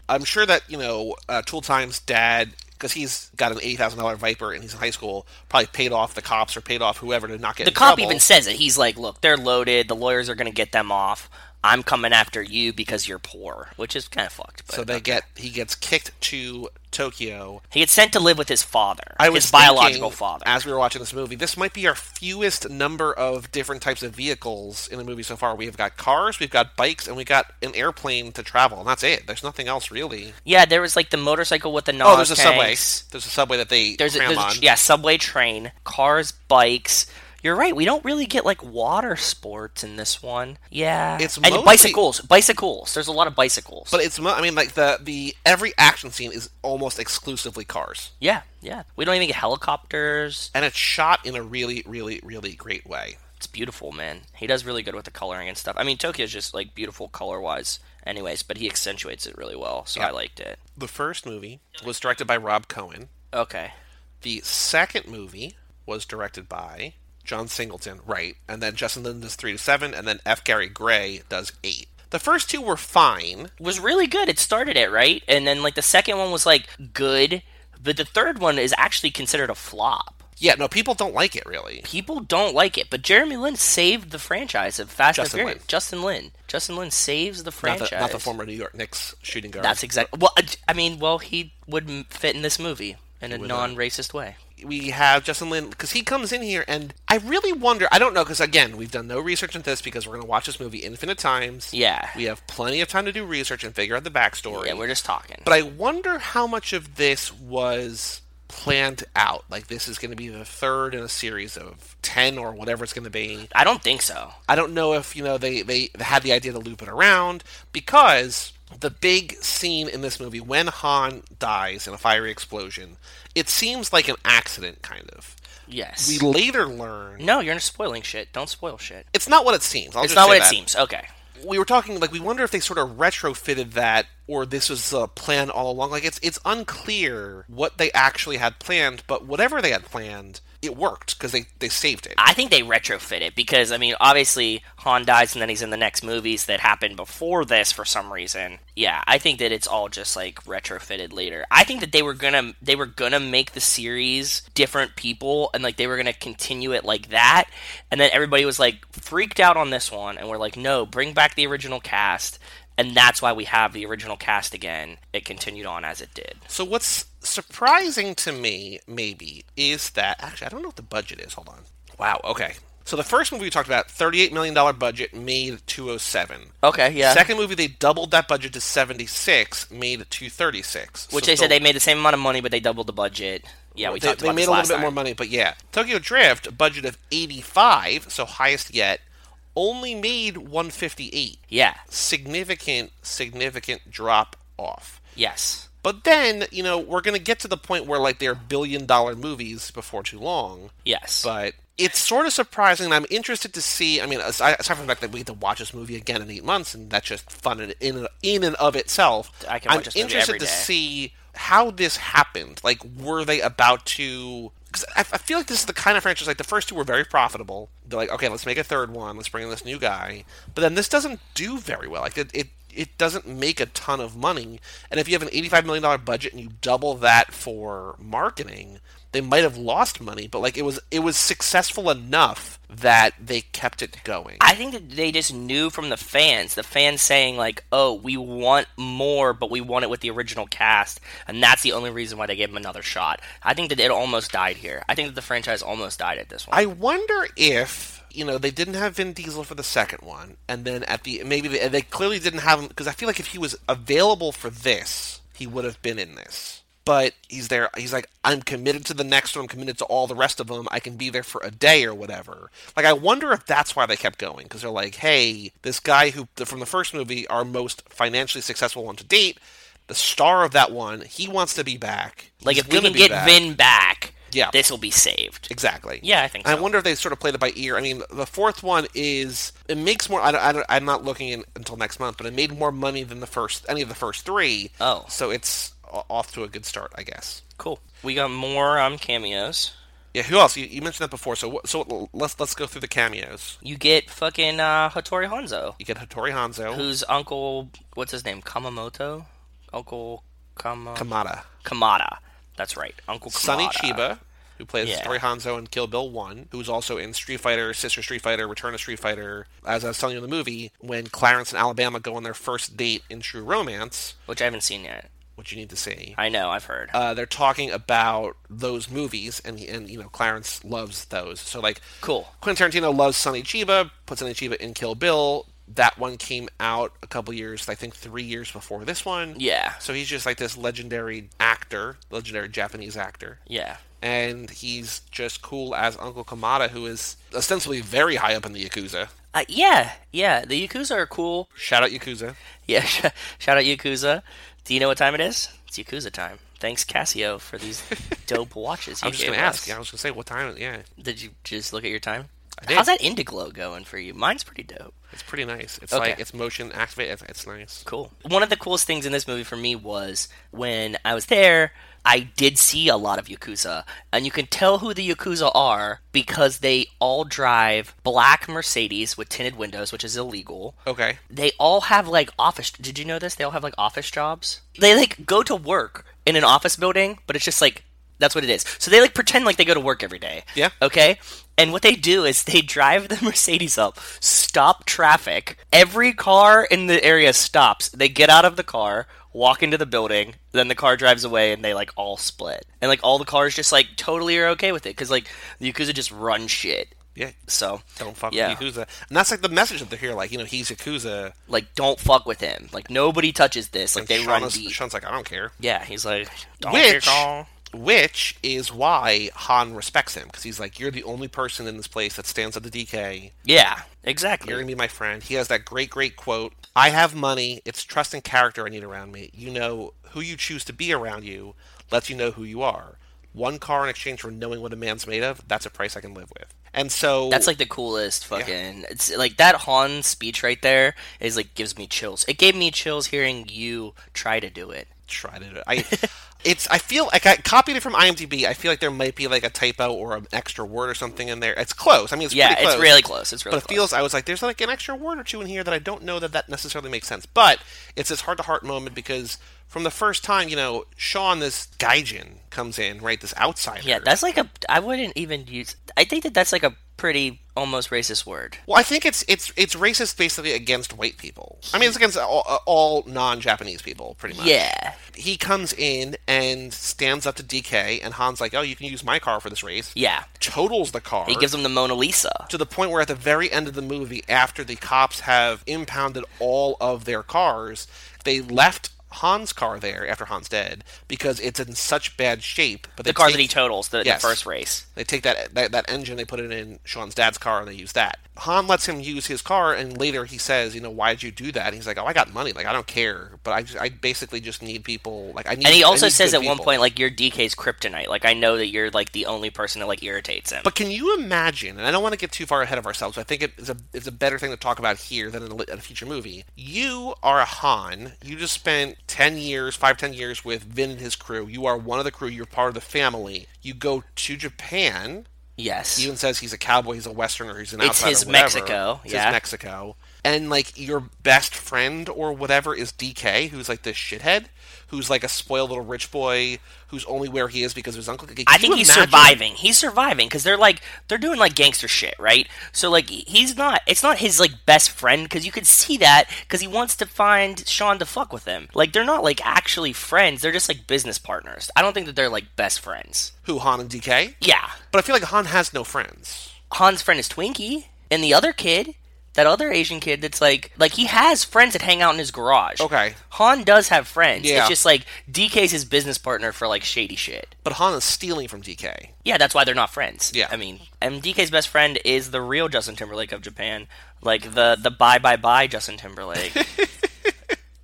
Speaker 2: I'm sure that you know uh, Tool Time's dad, because he's got an eighty thousand dollar Viper and he's in high school, probably paid off the cops or paid off whoever to not get
Speaker 3: The
Speaker 2: in
Speaker 3: cop
Speaker 2: trouble.
Speaker 3: even says it. He's like, "Look, they're loaded. The lawyers are gonna get them off. I'm coming after you because you're poor," which is kind of fucked. But
Speaker 2: So they get he gets kicked to Tokyo.
Speaker 3: He gets sent to live with his father,
Speaker 2: I was
Speaker 3: his biological
Speaker 2: thinking,
Speaker 3: father.
Speaker 2: As we were watching this movie, this might be our fewest number of different types of vehicles in the movie so far. We have got cars, we've got bikes, and we got an airplane to travel, and that's it. There's nothing else really.
Speaker 3: yeah, there was like the motorcycle with the non
Speaker 2: Oh, there's a subway. There's a subway that they
Speaker 3: There's a,
Speaker 2: cram
Speaker 3: there's a-
Speaker 2: on.
Speaker 3: yeah subway train, cars, bikes. You're right. We don't really get like water sports in this one. Yeah,
Speaker 2: It's
Speaker 3: and
Speaker 2: mostly-
Speaker 3: bicycles. Bicycles. There's a lot of bicycles.
Speaker 2: But it's mo- I mean like the the every action scene is almost exclusively cars,
Speaker 3: yeah, yeah. We don't even get helicopters.
Speaker 2: and it's shot in a really really really great way.
Speaker 3: It's beautiful, man. He does really good with the coloring and stuff. I mean, Tokyo's just like beautiful color wise anyways, but he accentuates it really well, so I liked it.
Speaker 2: The first movie was directed by Rob Cohen.
Speaker 3: Okay.
Speaker 2: The second movie was directed by John Singleton, right? And then Justin Lin does three to seven, and then F. Gary Gray does eight. The first two were fine.
Speaker 3: was really good. It started it right, and then like the second one was like good, but the third one is actually considered a flop.
Speaker 2: Yeah, no, people don't like it really.
Speaker 3: People don't like it, but Jeremy Lin saved the franchise of Fast
Speaker 2: Justin
Speaker 3: and Furious.
Speaker 2: Lin.
Speaker 3: Justin Lin. Justin Lin saves the
Speaker 2: Not
Speaker 3: franchise.
Speaker 2: the, not the former New York Knicks shooting guard.
Speaker 3: That's exactly. Well, I- I mean, well, he would m- fit in this movie in a
Speaker 2: would uh, not.
Speaker 3: non-racist way.
Speaker 2: we have Justin Lin because he comes in here, and I really wonder. I don't know because again, we've done no research on this because we're going to watch this movie infinite times.
Speaker 3: Yeah.
Speaker 2: we have plenty of time to do research and figure out the backstory.
Speaker 3: Yeah, we're just talking.
Speaker 2: But I wonder how much of this was planned out. Like this is going to be the third in a series of ten or whatever it's going to be.
Speaker 3: I don't think so.
Speaker 2: I don't know if you know they they had the idea to loop it around because the big scene in this movie when Han dies in a fiery explosion, it seems like an accident kind of.
Speaker 3: Yes.
Speaker 2: We later learn
Speaker 3: no, you're spoiling shit. Don't spoil shit.
Speaker 2: it's not what it seems. I'll
Speaker 3: It's
Speaker 2: just
Speaker 3: not
Speaker 2: say
Speaker 3: what it
Speaker 2: that.
Speaker 3: seems. Okay.
Speaker 2: We were talking like we wonder if they sort of retrofitted that or this was a plan all along. Like it's it's unclear what they actually had planned, but whatever they had planned, it worked because they they saved it.
Speaker 3: I think they retrofit it because I mean, obviously Han dies and then he's in the next movies that happened before this for some reason. Yeah, I think that it's all just like retrofitted later. I think that they were gonna they were gonna make the series different people and like they were gonna continue it like that, and then everybody was like freaked out on this one and we're like, no, bring back the original cast, and that's why we have the original cast again. It continued on as it did.
Speaker 2: So what's surprising to me, maybe, is that actually I don't know what the budget is. Hold on. Wow. Okay. So the first movie we talked about, thirty-eight million dollar budget, made two oh seven.
Speaker 3: Okay, yeah.
Speaker 2: Second movie, they doubled that budget to seventy-six, made two thirty-six.
Speaker 3: Which they said they made the same amount of money, but they doubled the budget. Yeah, we
Speaker 2: they,
Speaker 3: talked
Speaker 2: they
Speaker 3: about
Speaker 2: made
Speaker 3: this
Speaker 2: a little
Speaker 3: last
Speaker 2: bit
Speaker 3: time.
Speaker 2: more money, but yeah. Tokyo Drift, a budget of eighty-five, so highest yet, only made one fifty-eight.
Speaker 3: Yeah.
Speaker 2: Significant, significant drop off.
Speaker 3: Yes.
Speaker 2: But then, you know, we're going to get to the point where like they're billion dollar movies before too long.
Speaker 3: Yes.
Speaker 2: But it's sort of surprising. and I'm interested to see. I mean, aside aside from the fact that we get to watch this movie again in eight months, and that's just fun in in, in and of itself.
Speaker 3: I can watch
Speaker 2: I'm
Speaker 3: this movie
Speaker 2: interested
Speaker 3: every
Speaker 2: to
Speaker 3: day.
Speaker 2: see how this happened. Like, were they about to? Because I, I feel like this is the kind of franchise. Like the first two were very profitable. They're like, okay, let's make a third one. Let's bring in this new guy. But then this doesn't do very well. Like it. it it doesn't make a ton of money, and if you have an eighty-five million dollar budget and you double that for marketing, they might have lost money, but like it was it was successful enough that they kept it going.
Speaker 3: I think that they just knew from the fans, the fans saying like, "Oh, we want more, but we want it with the original cast," and that's the only reason why they gave him another shot. I think that it almost died here. I think that the franchise almost died at this one.
Speaker 2: I wonder if you know they didn't have Vin Diesel for the second one, and then at the maybe they, they clearly didn't have him because I feel like if he was available for this, he would have been in this. But he's there. He's like, I'm committed to the next one. I'm committed to all the rest of them. I can be there for a day or whatever. Like, I wonder if that's why they kept going because they're like, hey, this guy who from the first movie, our most financially successful one to date, the star of that one, he wants to be back.
Speaker 3: like
Speaker 2: He's
Speaker 3: if we
Speaker 2: gonna
Speaker 3: can
Speaker 2: be
Speaker 3: get
Speaker 2: back.
Speaker 3: Vin back,
Speaker 2: Yeah.
Speaker 3: this will be saved.
Speaker 2: Exactly.
Speaker 3: Yeah, I think
Speaker 2: And I
Speaker 3: so.
Speaker 2: wonder if they sort of played it by ear. I mean, the fourth one is it makes more. I don't, I don't, I'm not looking in until next month, but it made more money than the first any of the first three.
Speaker 3: Oh.
Speaker 2: so it's o- off to a good start, I guess.
Speaker 3: Cool. We got more um, cameos.
Speaker 2: Yeah. Who else? You, you mentioned that before. So what- so let's let's go through the cameos.
Speaker 3: You get fucking uh, Hattori Hanzo,
Speaker 2: You get Hattori Hanzo,
Speaker 3: whose uncle, what's his name, Kamamoto, Uncle Kama-
Speaker 2: Kamada,
Speaker 3: Kamada. That's right, Uncle Kamada.
Speaker 2: Sonny Chiba. Who plays
Speaker 3: Yeah.
Speaker 2: Hattori Hanzo in Kill Bill 1, who's also in Street Fighter, Sister Street Fighter, Return of Street Fighter. As I was telling you in the movie, when Clarence and Alabama go on their first date in True Romance,
Speaker 3: which I haven't seen yet.
Speaker 2: which you need to see,
Speaker 3: I know, I've heard.
Speaker 2: uh, they're talking about those movies, and and you know Clarence loves those. So like,
Speaker 3: Cool.
Speaker 2: Quentin Tarantino loves Sonny Chiba. Puts Sonny Chiba in Kill Bill. That one came out a couple years, I think three years before this one.
Speaker 3: Yeah.
Speaker 2: So he's just like this legendary actor, legendary Japanese actor,
Speaker 3: Yeah.
Speaker 2: and he's just cool as Uncle Kamada, who is ostensibly very high up in the Yakuza.
Speaker 3: Uh, yeah, yeah. The Yakuza are cool.
Speaker 2: Shout out Yakuza.
Speaker 3: Yeah, sh- shout out Yakuza. Do you know what time it is? It's Yakuza time. Thanks, Casio, for these dope watches. You
Speaker 2: I'm just
Speaker 3: gave
Speaker 2: gonna ask.
Speaker 3: us.
Speaker 2: Yeah, I was gonna say what time? Yeah,
Speaker 3: Did you just look at your time?
Speaker 2: I did.
Speaker 3: How's that Indiglow going for you? Mine's pretty dope.
Speaker 2: It's pretty nice. It's
Speaker 3: Okay.
Speaker 2: like it's motion activated. It's, it's nice.
Speaker 3: Cool. One of the coolest things in this movie for me was when I was there, I did see a lot of Yakuza. And you can tell who the Yakuza are because they all drive black Mercedes with tinted windows, which is illegal.
Speaker 2: Okay.
Speaker 3: They all have like office. Did you know this? They all have like office jobs. They like go to work in an office building, but it's just like that's what it is. So they like pretend like they go to work every day.
Speaker 2: Yeah.
Speaker 3: Okay. And what they do is they drive the Mercedes up, stop traffic. Every car in the area stops. They get out of the car, walk into the building, then the car drives away, and they like all split. And like all the cars just like totally are okay with it because like the Yakuza just run shit.
Speaker 2: Yeah.
Speaker 3: So
Speaker 2: Don't fuck
Speaker 3: yeah.
Speaker 2: with Yakuza. And that's like the message that they're here. Like you know, he's Yakuza.
Speaker 3: like don't fuck with him. Like nobody touches this. Like they run
Speaker 2: Sean's,
Speaker 3: deep.
Speaker 2: Sean's like, I don't care.
Speaker 3: Yeah, he's like don't
Speaker 2: Which-
Speaker 3: kick on.
Speaker 2: Which is why Han respects him because he's like, you're the only person in this place that stands at the DK.
Speaker 3: Yeah,
Speaker 2: You're
Speaker 3: exactly.
Speaker 2: gonna be my friend. He has that great, great quote. I have money. It's trust and character I need around me. You know who you choose to be around you lets you know who you are. One car in exchange for knowing what a man's made of. That's a price I can live with. And so
Speaker 3: That's like the coolest fucking. It's like that Han speech right there is like gives me chills. It gave me chills hearing you try to do it.
Speaker 2: tried it. I it's I feel like I copied it from IMDb. I feel like there might be like a typo or an extra word or something in there. It's close. I mean, it's
Speaker 3: Yeah,
Speaker 2: pretty close,
Speaker 3: it's really close. It's really
Speaker 2: But it feels I was like, there's like an extra word or two in here that I don't know that that necessarily makes sense. But it's this heart to heart moment because from the first time, you know, Sean, this gaijin comes in, right? This outsider.
Speaker 3: Yeah, that's like a. I wouldn't even use. I think that that's like a pretty almost racist word.
Speaker 2: Well, I think it's it's it's racist basically against white people. I mean, it's against all, all non-Japanese people, pretty much.
Speaker 3: Yeah,
Speaker 2: He comes in and stands up to DK, and Han's like, "Oh, you can use my car for this race."
Speaker 3: yeah.
Speaker 2: totals the car.
Speaker 3: He gives him the Mona Lisa.
Speaker 2: to the point where at the very end of the movie, after the cops have impounded all of their cars, they left Han's car there after Han's dead because it's in such bad shape. But they
Speaker 3: The car
Speaker 2: take,
Speaker 3: that he totals the,
Speaker 2: Yes.
Speaker 3: the first race.
Speaker 2: They take that, that that engine, they put it in Sean's dad's car, and they use that. Han lets him use his car, and later he says, "You know, why'd you do that?" And he's like, "Oh, I got money. Like, I don't care. But I, just, I basically just need people. Like, I need."
Speaker 3: And he
Speaker 2: I
Speaker 3: also
Speaker 2: need
Speaker 3: says
Speaker 2: good
Speaker 3: at one
Speaker 2: people."
Speaker 3: point, like, you're DK's kryptonite. Like, I know that you're, like, the only person that, like, irritates him.
Speaker 2: But can you imagine? And I don't want to get too far ahead of ourselves. But I think it's a it's a better thing to talk about here than in a, li- in a future movie. You are a Han. You just spent ten years, five ten years with Vin and his crew. You are one of the crew. You're part of the family. You go to Japan.
Speaker 3: yes.
Speaker 2: Even says he's a cowboy. He's a westerner. He's an
Speaker 3: It's
Speaker 2: outsider.
Speaker 3: his
Speaker 2: whatever.
Speaker 3: Mexico,
Speaker 2: It's
Speaker 3: yeah.
Speaker 2: his Mexico. And like your best friend or whatever is DK, who's like this shithead, who's like a spoiled little rich boy, who's only where he is because of his uncle. Like,
Speaker 3: I
Speaker 2: can
Speaker 3: think
Speaker 2: you
Speaker 3: he's
Speaker 2: imagine-
Speaker 3: surviving. He's surviving because they're like they're doing like gangster shit, right? So like he's not. It's not his like best friend because you could see that because he wants to find Sean to fuck with him. Like they're not like actually friends. They're just like business partners. I don't think that they're like best friends.
Speaker 2: Who Han and DK?
Speaker 3: Yeah,
Speaker 2: But I feel like Han has no friends.
Speaker 3: Han's friend is Twinkie, and the other kid, that other Asian kid, that's like like he has friends that hang out in his garage.
Speaker 2: Okay.
Speaker 3: Han does have friends.
Speaker 2: Yeah.
Speaker 3: It's just like DK's his business partner for like shady shit.
Speaker 2: But Han is stealing from DK.
Speaker 3: Yeah, that's why they're not friends.
Speaker 2: Yeah.
Speaker 3: I mean, MDK's best friend is the real Justin Timberlake of Japan, like the the bye bye bye Justin Timberlake,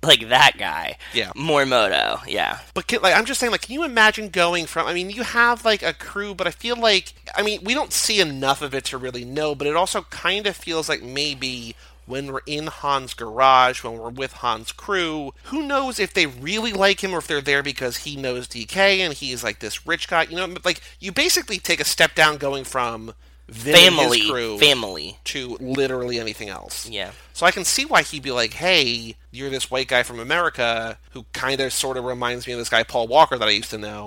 Speaker 3: like that guy.
Speaker 2: Yeah.
Speaker 3: Morimoto. Yeah,
Speaker 2: But can, like I'm just saying, like, can you imagine going from? I mean, you have like a crew, but I feel like I mean we don't see enough of it to really know. But it also kind of feels like maybe when we're in Han's garage, when we're with Han's crew, who knows if they really like him or if they're there because he knows DK and he's like this rich guy. You know, like you basically take a step down going from Vin and his
Speaker 3: family,
Speaker 2: crew
Speaker 3: family.
Speaker 2: to literally anything else.
Speaker 3: Yeah.
Speaker 2: So I can see why he'd be like, "Hey, you're this white guy from America who kind of sort of reminds me of this guy Paul Walker that I used to know.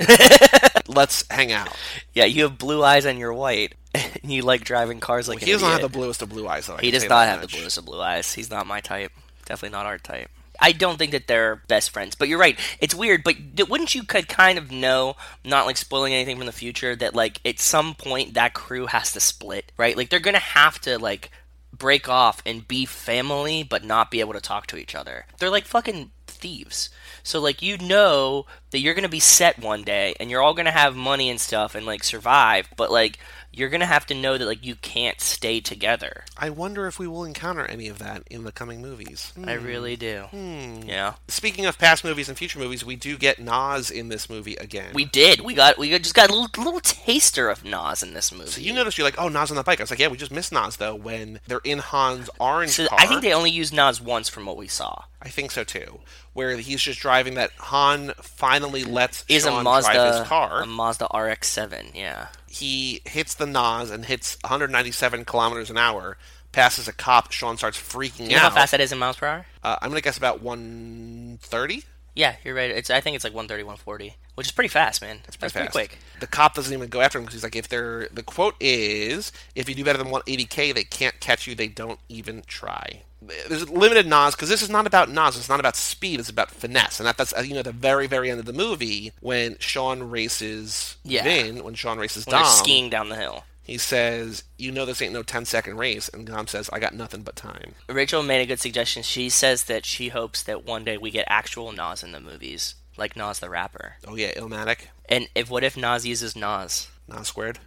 Speaker 2: Let's hang out."
Speaker 3: Yeah, you have blue eyes and you're white, and you like driving cars like
Speaker 2: He doesn't have the
Speaker 3: idiot.
Speaker 2: bluest of blue eyes though. I
Speaker 3: He
Speaker 2: can say
Speaker 3: does not
Speaker 2: that
Speaker 3: have the
Speaker 2: much.
Speaker 3: bluest of blue eyes. He's not my type. Definitely not our type. I don't think that they're best friends, but you're right. It's weird, but th- wouldn't you could kind of know, not like spoiling anything from the future, that like at some point that crew has to split, right? Like they're gonna have to like break off and be family, but not be able to talk to each other. They're like fucking thieves. So like you know that you're gonna be set one day, and you're all gonna have money and stuff and like survive, but like you're gonna have to know that like you can't stay together.
Speaker 2: I wonder if we will encounter any of that in the coming movies.
Speaker 3: I really
Speaker 2: Hmm.
Speaker 3: do. Yeah.
Speaker 2: Speaking of past movies and future movies, we do get Nas in this movie again.
Speaker 3: We did. We got. We just got a little, little taster of Nas in this movie.
Speaker 2: So you notice you're like, oh, Nas on the bike. I was like, yeah, we just missed Nas though when they're in Han's orange
Speaker 3: So
Speaker 2: car.
Speaker 3: I think they only used Nas once from what we saw.
Speaker 2: I think so too. Where he's just driving that Han finally lets
Speaker 3: Is
Speaker 2: Sean drive
Speaker 3: a Mazda
Speaker 2: his car.
Speaker 3: a Mazda RX-7. Yeah.
Speaker 2: he hits the Nas and hits 197 kilometers an hour. Passes a cop. Sean starts freaking
Speaker 3: You know
Speaker 2: out.
Speaker 3: how fast that is in miles per hour?
Speaker 2: Uh, I'm gonna guess about 130.
Speaker 3: Yeah, you're right. It's I think it's like 130, 140, which is pretty fast, man. That's pretty,
Speaker 2: fast.
Speaker 3: quick.
Speaker 2: The cop doesn't even go after him because he's like, if they're the quote is, if you do better than 180k, they can't catch you. They don't even try. There's limited Nas because this is not about Nas. It's not about speed. It's about finesse, and that, that's uh, you know the very very end of the movie when Sean races
Speaker 3: Yeah.
Speaker 2: Vin, when Sean races
Speaker 3: When
Speaker 2: Dom,
Speaker 3: they're skiing down the hill.
Speaker 2: he says, "You know this ain't no 10 second race," and Dom says, "I got nothing but time."
Speaker 3: Rachel made a good suggestion. She says that she hopes that one day we get actual Nas in the movies, like Nas the rapper.
Speaker 2: Oh yeah, Illmatic,
Speaker 3: And if what if Nas uses Nas?
Speaker 2: Nas squared.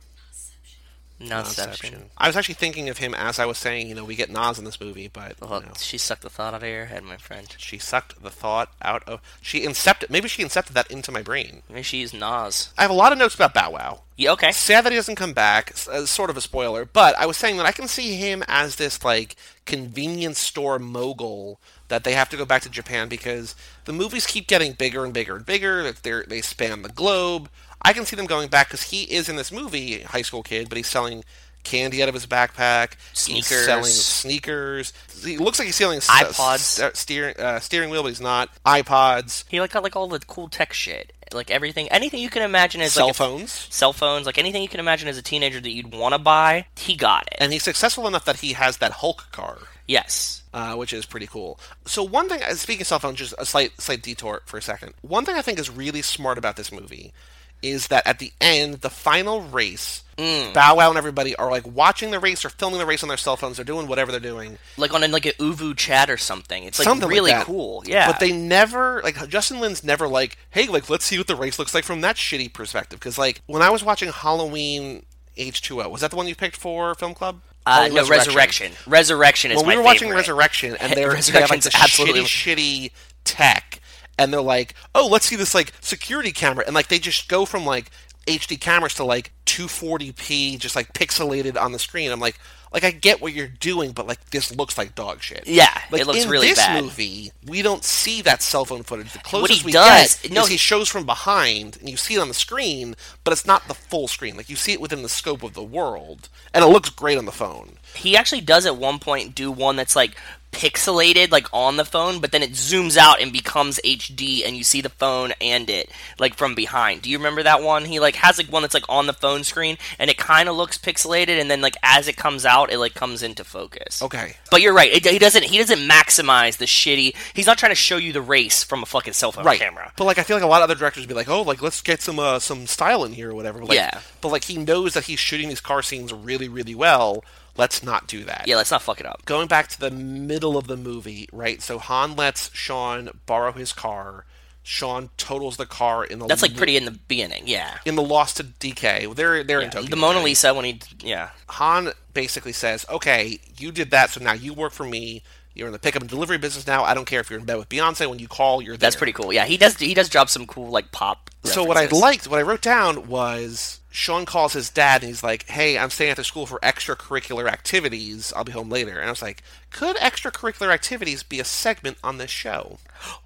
Speaker 3: Nasception.
Speaker 2: I was actually thinking of him as I was saying, you know, we get Nas in this movie, but you
Speaker 3: Well,
Speaker 2: know.
Speaker 3: she sucked the thought out of your head, my friend.
Speaker 2: She sucked the thought out of. She incepted. Maybe she incepted that into my brain.
Speaker 3: Maybe she used Nas.
Speaker 2: I have a lot of notes about Bow Wow.
Speaker 3: Yeah, okay.
Speaker 2: Sad that he doesn't come back. s- uh, Sort of a spoiler, but I was saying that I can see him as this like convenience store mogul that they have to go back to Japan because the movies keep getting bigger and bigger and bigger. That they they span the globe. I can see them going back because he is in this movie, high school kid, but he's selling candy out of his backpack. He's
Speaker 3: Sneakers.
Speaker 2: selling sneakers. He looks like he's selling s-
Speaker 3: iPods.
Speaker 2: st- steering uh, steering wheel, but he's not iPods.
Speaker 3: He like got like all the cool tech shit, like everything, anything you can imagine as
Speaker 2: cell
Speaker 3: like a-
Speaker 2: phones.
Speaker 3: cell phones, like anything you can imagine as a teenager that you'd want to buy. He got it.
Speaker 2: And he's successful enough that he has that Hulk car,
Speaker 3: yes.
Speaker 2: uh, which is pretty cool. So one thing, uh, speaking of cell phones, just a slight slight detour for a second. One thing I think is really smart about this movie is that at the end, the final race,
Speaker 3: Mm.
Speaker 2: Bow Wow and everybody are like watching the race or filming the race on their cell phones. They're doing whatever they're doing.
Speaker 3: Like on a, like a Uvu chat or something. It's like
Speaker 2: Something like
Speaker 3: really
Speaker 2: that.
Speaker 3: cool. Yeah.
Speaker 2: But they never like Justin Lin's never like, hey, like let's see what the race looks like from that shitty perspective. Because like when I was watching Halloween H two O, was that the one you picked for Film Club?
Speaker 3: uh,
Speaker 2: Halloween
Speaker 3: no resurrection. Resurrection is
Speaker 2: When
Speaker 3: my
Speaker 2: we were watching
Speaker 3: favorite.
Speaker 2: Resurrection, and they're they have, like
Speaker 3: Resurrection's
Speaker 2: this
Speaker 3: absolutely-
Speaker 2: shitty, shitty tech, and they're like, oh, let's see this like security camera, and like they just go from like HD cameras to like 240p, just like pixelated on the screen. I'm like. Like I get what you're doing, but like this looks like dog shit.
Speaker 3: Yeah,
Speaker 2: like,
Speaker 3: it looks
Speaker 2: in
Speaker 3: really
Speaker 2: this
Speaker 3: bad.
Speaker 2: movie, we don't see that cell phone footage. The closest
Speaker 3: he
Speaker 2: we
Speaker 3: does-
Speaker 2: get
Speaker 3: no,
Speaker 2: is he
Speaker 3: he-
Speaker 2: shows from behind, and you see it on the screen, but it's not the full screen. Like you see it within the scope of the world, and it looks great on the phone.
Speaker 3: He actually does at one point do one that's like pixelated, like on the phone, but then it zooms out and becomes HD, and you see the phone and it like from behind. Do you remember that one? He like has like one that's like on the phone screen, and it kind of looks pixelated, and then like as it comes out, it like comes into focus.
Speaker 2: Okay,
Speaker 3: But you're right. It, he doesn't. He doesn't maximize the shitty. He's not trying to show you the race from a fucking cell phone
Speaker 2: right.
Speaker 3: camera.
Speaker 2: But like I feel like a lot of other directors would be like, oh, like let's get some uh, some style in here or whatever. But, like,
Speaker 3: Yeah.
Speaker 2: But like he knows that he's shooting these car scenes really really well. Let's not do that.
Speaker 3: Yeah, let's not fuck it up.
Speaker 2: going back to the middle of the movie, right? So Han lets Sean borrow his car. Sean totals the car in the
Speaker 3: That's like pretty in the beginning. Yeah.
Speaker 2: in the loss to DK. They're they're in Tokyo.
Speaker 3: The Mona
Speaker 2: right?
Speaker 3: Lisa when he yeah.
Speaker 2: Han basically says, "Okay, you did that, so now you work for me. You're in the pickup and delivery business now. I don't care if you're in bed with Beyonce. When you call, you're there."
Speaker 3: That's pretty cool. Yeah, he does. He does drop some cool like pop.
Speaker 2: So what I
Speaker 3: references.
Speaker 2: liked, what I wrote down was Sean calls his dad and he's like, "Hey, I'm staying after school for extracurricular activities. I'll be home later." And I was like, "Could extracurricular activities be a segment on this show?"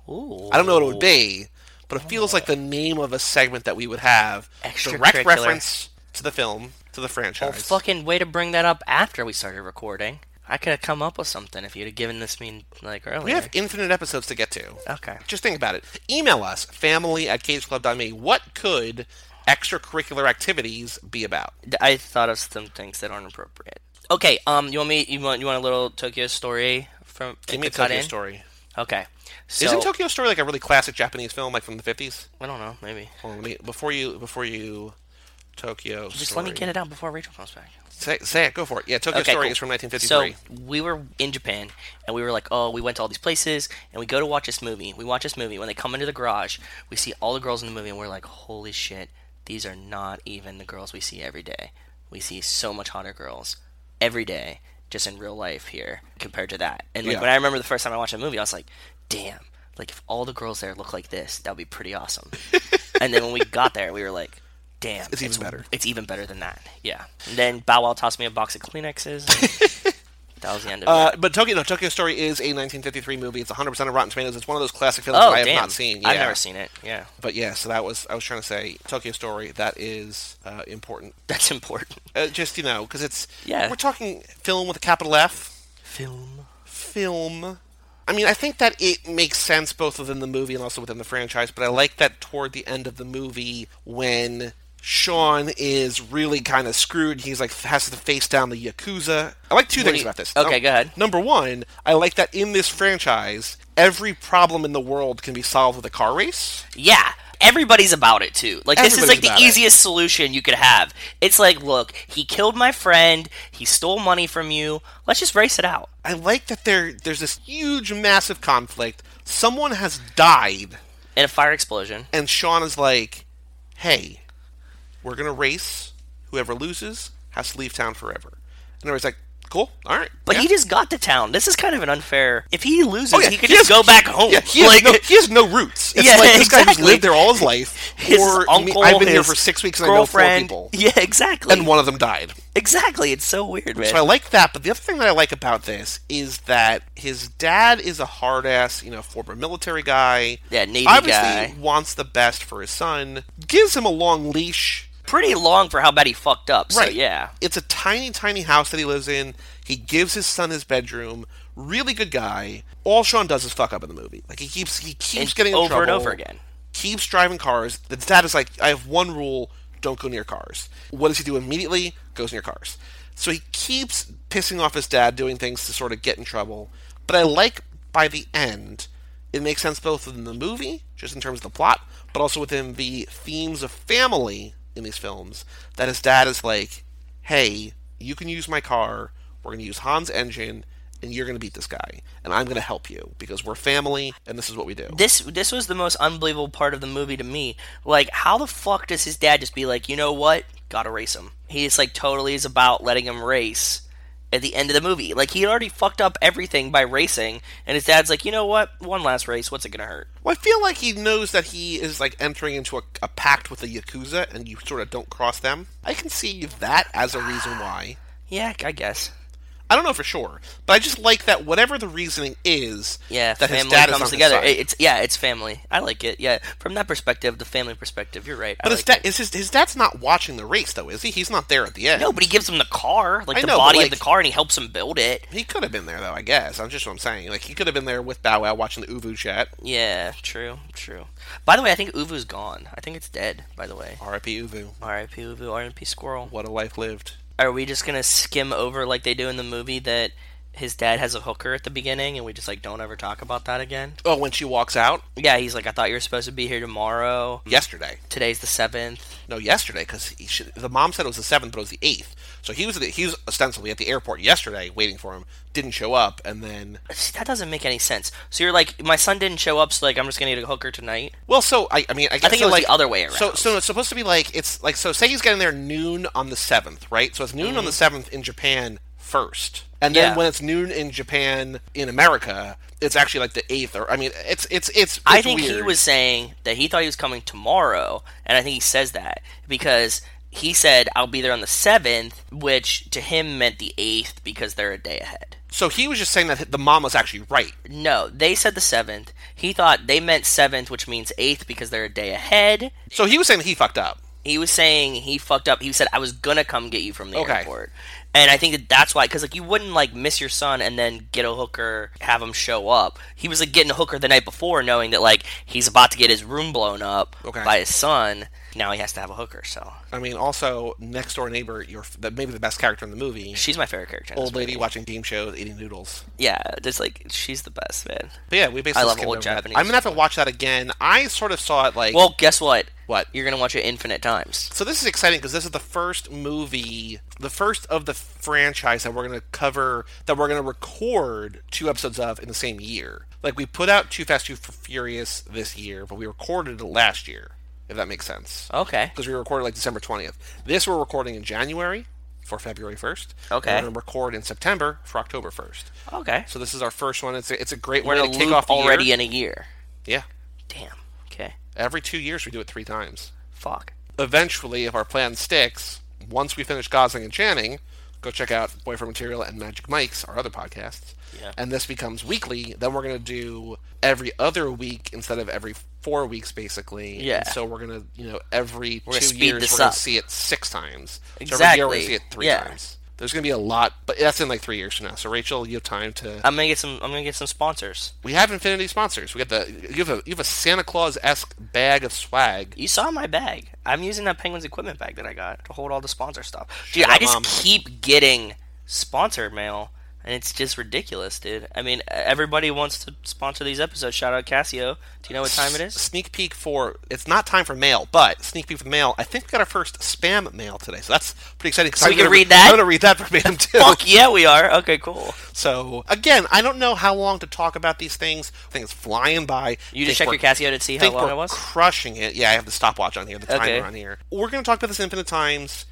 Speaker 3: Ooh.
Speaker 2: I don't know what it would be, but it feels like the name of a segment that we would have direct
Speaker 3: Extracurricular. Oh,
Speaker 2: reference to the film, to the franchise.
Speaker 3: Well, fucking way to bring that up after we started recording. I could have come up with something if you'd have given this me like earlier.
Speaker 2: We have infinite episodes to get to.
Speaker 3: Okay.
Speaker 2: Just think about it. Email us, family at cageclub.me. What could extracurricular activities be about?
Speaker 3: D- I thought of some things that aren't appropriate. Okay. Um. You want me? You want? You want a little Tokyo story from?
Speaker 2: Give me a
Speaker 3: to cut
Speaker 2: Tokyo
Speaker 3: in?
Speaker 2: story.
Speaker 3: Okay. So,
Speaker 2: Isn't Tokyo Story like a really classic Japanese film, like from the fifties?
Speaker 3: I don't know. Maybe.
Speaker 2: Hold on, let me before you before you Tokyo.
Speaker 3: Just let me get it out before Rachel comes back.
Speaker 2: Say, say it. Go for it. Yeah, Tokyo Story
Speaker 3: cool.
Speaker 2: is from 1953.
Speaker 3: So we were in Japan, and we were like, oh, we went to all these places, and we go to watch this movie. We watch this movie. When they come into the garage, we see all the girls in the movie, and we're like, holy shit, these are not even the girls we see every day. we see so much hotter girls every day just in real life here compared to that. And like
Speaker 2: Yeah.
Speaker 3: when I remember the first time I watched a movie, I was like, damn, like if all the girls there look like this, that would be pretty awesome. and then when we got there, we were like, damn, it's
Speaker 2: even better.
Speaker 3: It's even better than that. Yeah. And then Bow Wow tossed me a box of Kleenexes. and that was the end of it.
Speaker 2: Uh, but Tokyo, no, Tokyo Story is a 1953 movie. It's 100 percent of Rotten Tomatoes. It's one of those classic films
Speaker 3: Oh,
Speaker 2: that I have
Speaker 3: damn.
Speaker 2: not seen. Yeah.
Speaker 3: I've never seen it. Yeah.
Speaker 2: But yeah, so that was I was trying to say Tokyo Story. That is uh, important.
Speaker 3: That's important.
Speaker 2: Uh, just you know, because it's
Speaker 3: Yeah.
Speaker 2: We're talking film with a capital F.
Speaker 3: Film.
Speaker 2: film. I mean, I think that it makes sense both within the movie and also within the franchise, but I like that toward the end of the movie when Sean is really kind of screwed. He's like, has to face down the Yakuza. I like two
Speaker 3: What do
Speaker 2: things
Speaker 3: you-
Speaker 2: about this.
Speaker 3: okay,
Speaker 2: Num-
Speaker 3: go ahead.
Speaker 2: Number one, I like that in this franchise, every problem in the world can be solved with a car race.
Speaker 3: Yeah. Everybody's about it too. Like this is
Speaker 2: Everybody's
Speaker 3: like the
Speaker 2: about it.
Speaker 3: easiest solution you could have. It's like, look, he killed my friend, he stole money from you. Let's just race it out.
Speaker 2: I like that there there's this huge, massive conflict. Someone has died
Speaker 3: In a fire explosion.
Speaker 2: and Sean is like, "Hey, we're gonna race. Whoever loses has to leave town forever." And everybody's like, "Cool, all right."
Speaker 3: But
Speaker 2: yeah.
Speaker 3: he just got to town. This is kind of an unfair. If he loses,
Speaker 2: Oh, yeah,
Speaker 3: he could
Speaker 2: he
Speaker 3: just
Speaker 2: has-
Speaker 3: go back home.
Speaker 2: yeah, he has,
Speaker 3: like,
Speaker 2: no, he has no roots. It's
Speaker 3: Yeah,
Speaker 2: like this guy who's
Speaker 3: exactly.
Speaker 2: lived there all his life,
Speaker 3: his
Speaker 2: or me-
Speaker 3: uncle,
Speaker 2: I've been here
Speaker 3: his
Speaker 2: for six weeks and I know four
Speaker 3: girlfriend.
Speaker 2: people,
Speaker 3: Yeah, exactly.
Speaker 2: and one of them died.
Speaker 3: Exactly. It's so weird, man.
Speaker 2: So I like that. But the other thing that I like about this is that his dad is a hard ass, you know, former military guy.
Speaker 3: Yeah, Navy
Speaker 2: obviously
Speaker 3: guy.
Speaker 2: wants the best for his son. Gives him a long leash.
Speaker 3: Pretty long for how bad he fucked up. So
Speaker 2: Right.
Speaker 3: yeah.
Speaker 2: It's a tiny, tiny house that he lives in. He gives his son his bedroom. Really good guy. All Sean does is fuck up in the movie. Like he keeps he keeps
Speaker 3: And
Speaker 2: getting in
Speaker 3: over and
Speaker 2: trouble,
Speaker 3: over again.
Speaker 2: Keeps driving cars. The dad is like, I have one rule: don't go near cars. What does he do immediately? Goes near cars. So he keeps pissing off his dad, doing things to sort of get in trouble. But I like by the end, it makes sense both in the movie, just in terms of the plot, but also within the themes of family in these films. That his dad is like, hey, you can use my car. We're going to use Han's engine, and you're going to beat this guy. And I'm going to help you because we're family, and this is what we do.
Speaker 3: This this was the most unbelievable part of the movie to me. Like, how the fuck does his dad just be like, you know what? Gotta race him. He just like totally is about letting him race at the end of the movie. Like he already fucked up everything by racing, and his dad's like, you know what? One last race, what's it gonna hurt?
Speaker 2: Well, I feel like he knows that he is like entering into a, a pact with the Yakuza, and you sort of don't cross them. I can see that as a reason why.
Speaker 3: Yeah, I guess.
Speaker 2: I don't know for sure, but I just like that whatever the reasoning is,
Speaker 3: Yeah,
Speaker 2: that his
Speaker 3: family
Speaker 2: dad is on his
Speaker 3: comes together.
Speaker 2: side.
Speaker 3: It- it's yeah, it's family. I like it. Yeah, from that perspective, the family perspective, you're right. I
Speaker 2: but his,
Speaker 3: like
Speaker 2: dad
Speaker 3: it.
Speaker 2: is his, his dad's not watching the race, though, is he? He's not there at the end.
Speaker 3: No, but he gives him the car, like
Speaker 2: I
Speaker 3: the
Speaker 2: know, but,
Speaker 3: body
Speaker 2: like-
Speaker 3: of the car, and he helps him build it.
Speaker 2: He could have been there, though, I guess. I'm just what I'm saying. Like, he could have been there with Bow Wow watching the Uvu chat.
Speaker 3: Yeah, true, true. By the way, I think Uvu's gone. I think it's dead. By the way,
Speaker 2: R.I.P. Uvu.
Speaker 3: R.I.P. Uvu, R.I.P. Squirrel.
Speaker 2: What a life lived.
Speaker 3: Are we just gonna skim over like they do in the movie that his dad has a hooker at the beginning, and we just like don't ever talk about that again?
Speaker 2: Oh, when she walks out
Speaker 3: Yeah, he's like, I thought you were supposed to be here tomorrow.
Speaker 2: yesterday.
Speaker 3: Today's the seventh.
Speaker 2: No, yesterday because the mom said it was the seventh, but it was the eighth. So he was at the, he was ostensibly at the airport yesterday waiting for him. Didn't show up, and then
Speaker 3: See, that doesn't make any sense. So you're like, my son didn't show up, so like I'm just gonna get a hooker tonight.
Speaker 2: well, so I, I mean, I, guess
Speaker 3: think it
Speaker 2: so,
Speaker 3: was
Speaker 2: like
Speaker 3: the other way
Speaker 2: So,
Speaker 3: around.
Speaker 2: so it's supposed to be like it's like so. Say he's getting there noon on the seventh, right? So it's noon on the seventh in Japan first, and then
Speaker 3: Mm-hmm. Yeah.
Speaker 2: when it's noon in Japan in America, it's actually like the eighth, or I mean, it's it's it's.
Speaker 3: I
Speaker 2: it's
Speaker 3: think he
Speaker 2: weird.
Speaker 3: was saying that he thought he was coming tomorrow, and I think he says that because he said I'll be there on the seventh, which to him meant the eighth because they're a day ahead.
Speaker 2: So he was just saying that the mom was actually right.
Speaker 3: No, they said the seventh. He thought they meant seventh, which means eighth because they're a day ahead.
Speaker 2: So he was saying that he fucked up.
Speaker 3: He was saying he fucked up. He said I was gonna come get you from the
Speaker 2: Okay.
Speaker 3: airport, and I think that that's why. Because like you wouldn't like miss your son and then get a hooker, have him show up. He was like getting a hooker the night before, knowing that like he's about to get his room blown up
Speaker 2: Okay.
Speaker 3: by his son. Now he has to have a hooker. So
Speaker 2: I mean, also next door neighbor, your the, maybe the best character in the movie,
Speaker 3: she's my favorite character. in this
Speaker 2: old lady
Speaker 3: movie.
Speaker 2: watching game shows eating noodles.
Speaker 3: Yeah, just like she's the best man.
Speaker 2: But yeah, we basically
Speaker 3: I love
Speaker 2: skimmed
Speaker 3: old
Speaker 2: over that.
Speaker 3: Japanese
Speaker 2: I'm gonna have to watch that again. I sort of saw it like
Speaker 3: Well, guess what?
Speaker 2: What?
Speaker 3: you're gonna watch it infinite times.
Speaker 2: So this is exciting because this is the first movie, the first of the franchise that we're gonna cover, that we're gonna record two episodes of in the same year. Like we put out Too Fast, Too F- Furious this year, but we recorded it last year. If that makes sense.
Speaker 3: Okay.
Speaker 2: because we recorded like December 20th. This we're recording in January. for February 1st.
Speaker 3: Okay.
Speaker 2: And we're going to record in September for October 1st.
Speaker 3: Okay.
Speaker 2: So this is our first one. It's a, it's a great
Speaker 3: We're
Speaker 2: way
Speaker 3: in a
Speaker 2: to kick
Speaker 3: loop
Speaker 2: off the year.
Speaker 3: already in a year.
Speaker 2: Yeah.
Speaker 3: Damn. Okay.
Speaker 2: Every two years we do it three times.
Speaker 3: Fuck.
Speaker 2: Eventually, if our plan sticks, once we finish Gosling and Channing, go check out Boyfriend Material and Magic Mike's, our other podcasts.
Speaker 3: Yeah.
Speaker 2: And this becomes weekly. Then we're going to do every other week instead of every four weeks, basically.
Speaker 3: Yeah.
Speaker 2: And so we're going to, you know, every
Speaker 3: gonna
Speaker 2: two
Speaker 3: speed
Speaker 2: years
Speaker 3: this
Speaker 2: we're going
Speaker 3: up.
Speaker 2: to see it six times. So every year we're going
Speaker 3: Exactly.
Speaker 2: to see it three
Speaker 3: Yeah.
Speaker 2: times. There's going to be a lot, but that's in like three years from now. So Rachel, you have time to
Speaker 3: I'm gonna get some. I'm gonna get some sponsors.
Speaker 2: we have Infinity sponsors. We got the you have a you have a Santa Claus esque bag of swag.
Speaker 3: You saw my bag. I'm using that Penguins equipment bag that I got to hold all the sponsor stuff. Dude,
Speaker 2: Shut
Speaker 3: I
Speaker 2: up,
Speaker 3: just
Speaker 2: Mom.
Speaker 3: keep getting sponsor mail, and it's just ridiculous, dude. I mean, e, everybody wants to sponsor these episodes. Shout out Casio. Do you know what time it is?
Speaker 2: Sneak peek for it's not time for mail, but sneak peek for mail. I think we got our first spam mail today, so that's pretty exciting. 'cause I'm
Speaker 3: we can
Speaker 2: gonna
Speaker 3: read that?
Speaker 2: I'm gonna read that verbatim too.
Speaker 3: Fuck yeah, we are. Okay, cool.
Speaker 2: So again, I don't know how long to talk about these things. I think it's flying by.
Speaker 3: You just check
Speaker 2: Think
Speaker 3: your
Speaker 2: we're-
Speaker 3: Casio to see how
Speaker 2: think
Speaker 3: long
Speaker 2: we're
Speaker 3: it was.
Speaker 2: crushing it. Yeah, I have the stopwatch on here, the timer
Speaker 3: Okay.
Speaker 2: on here. We're gonna talk about this infinite times.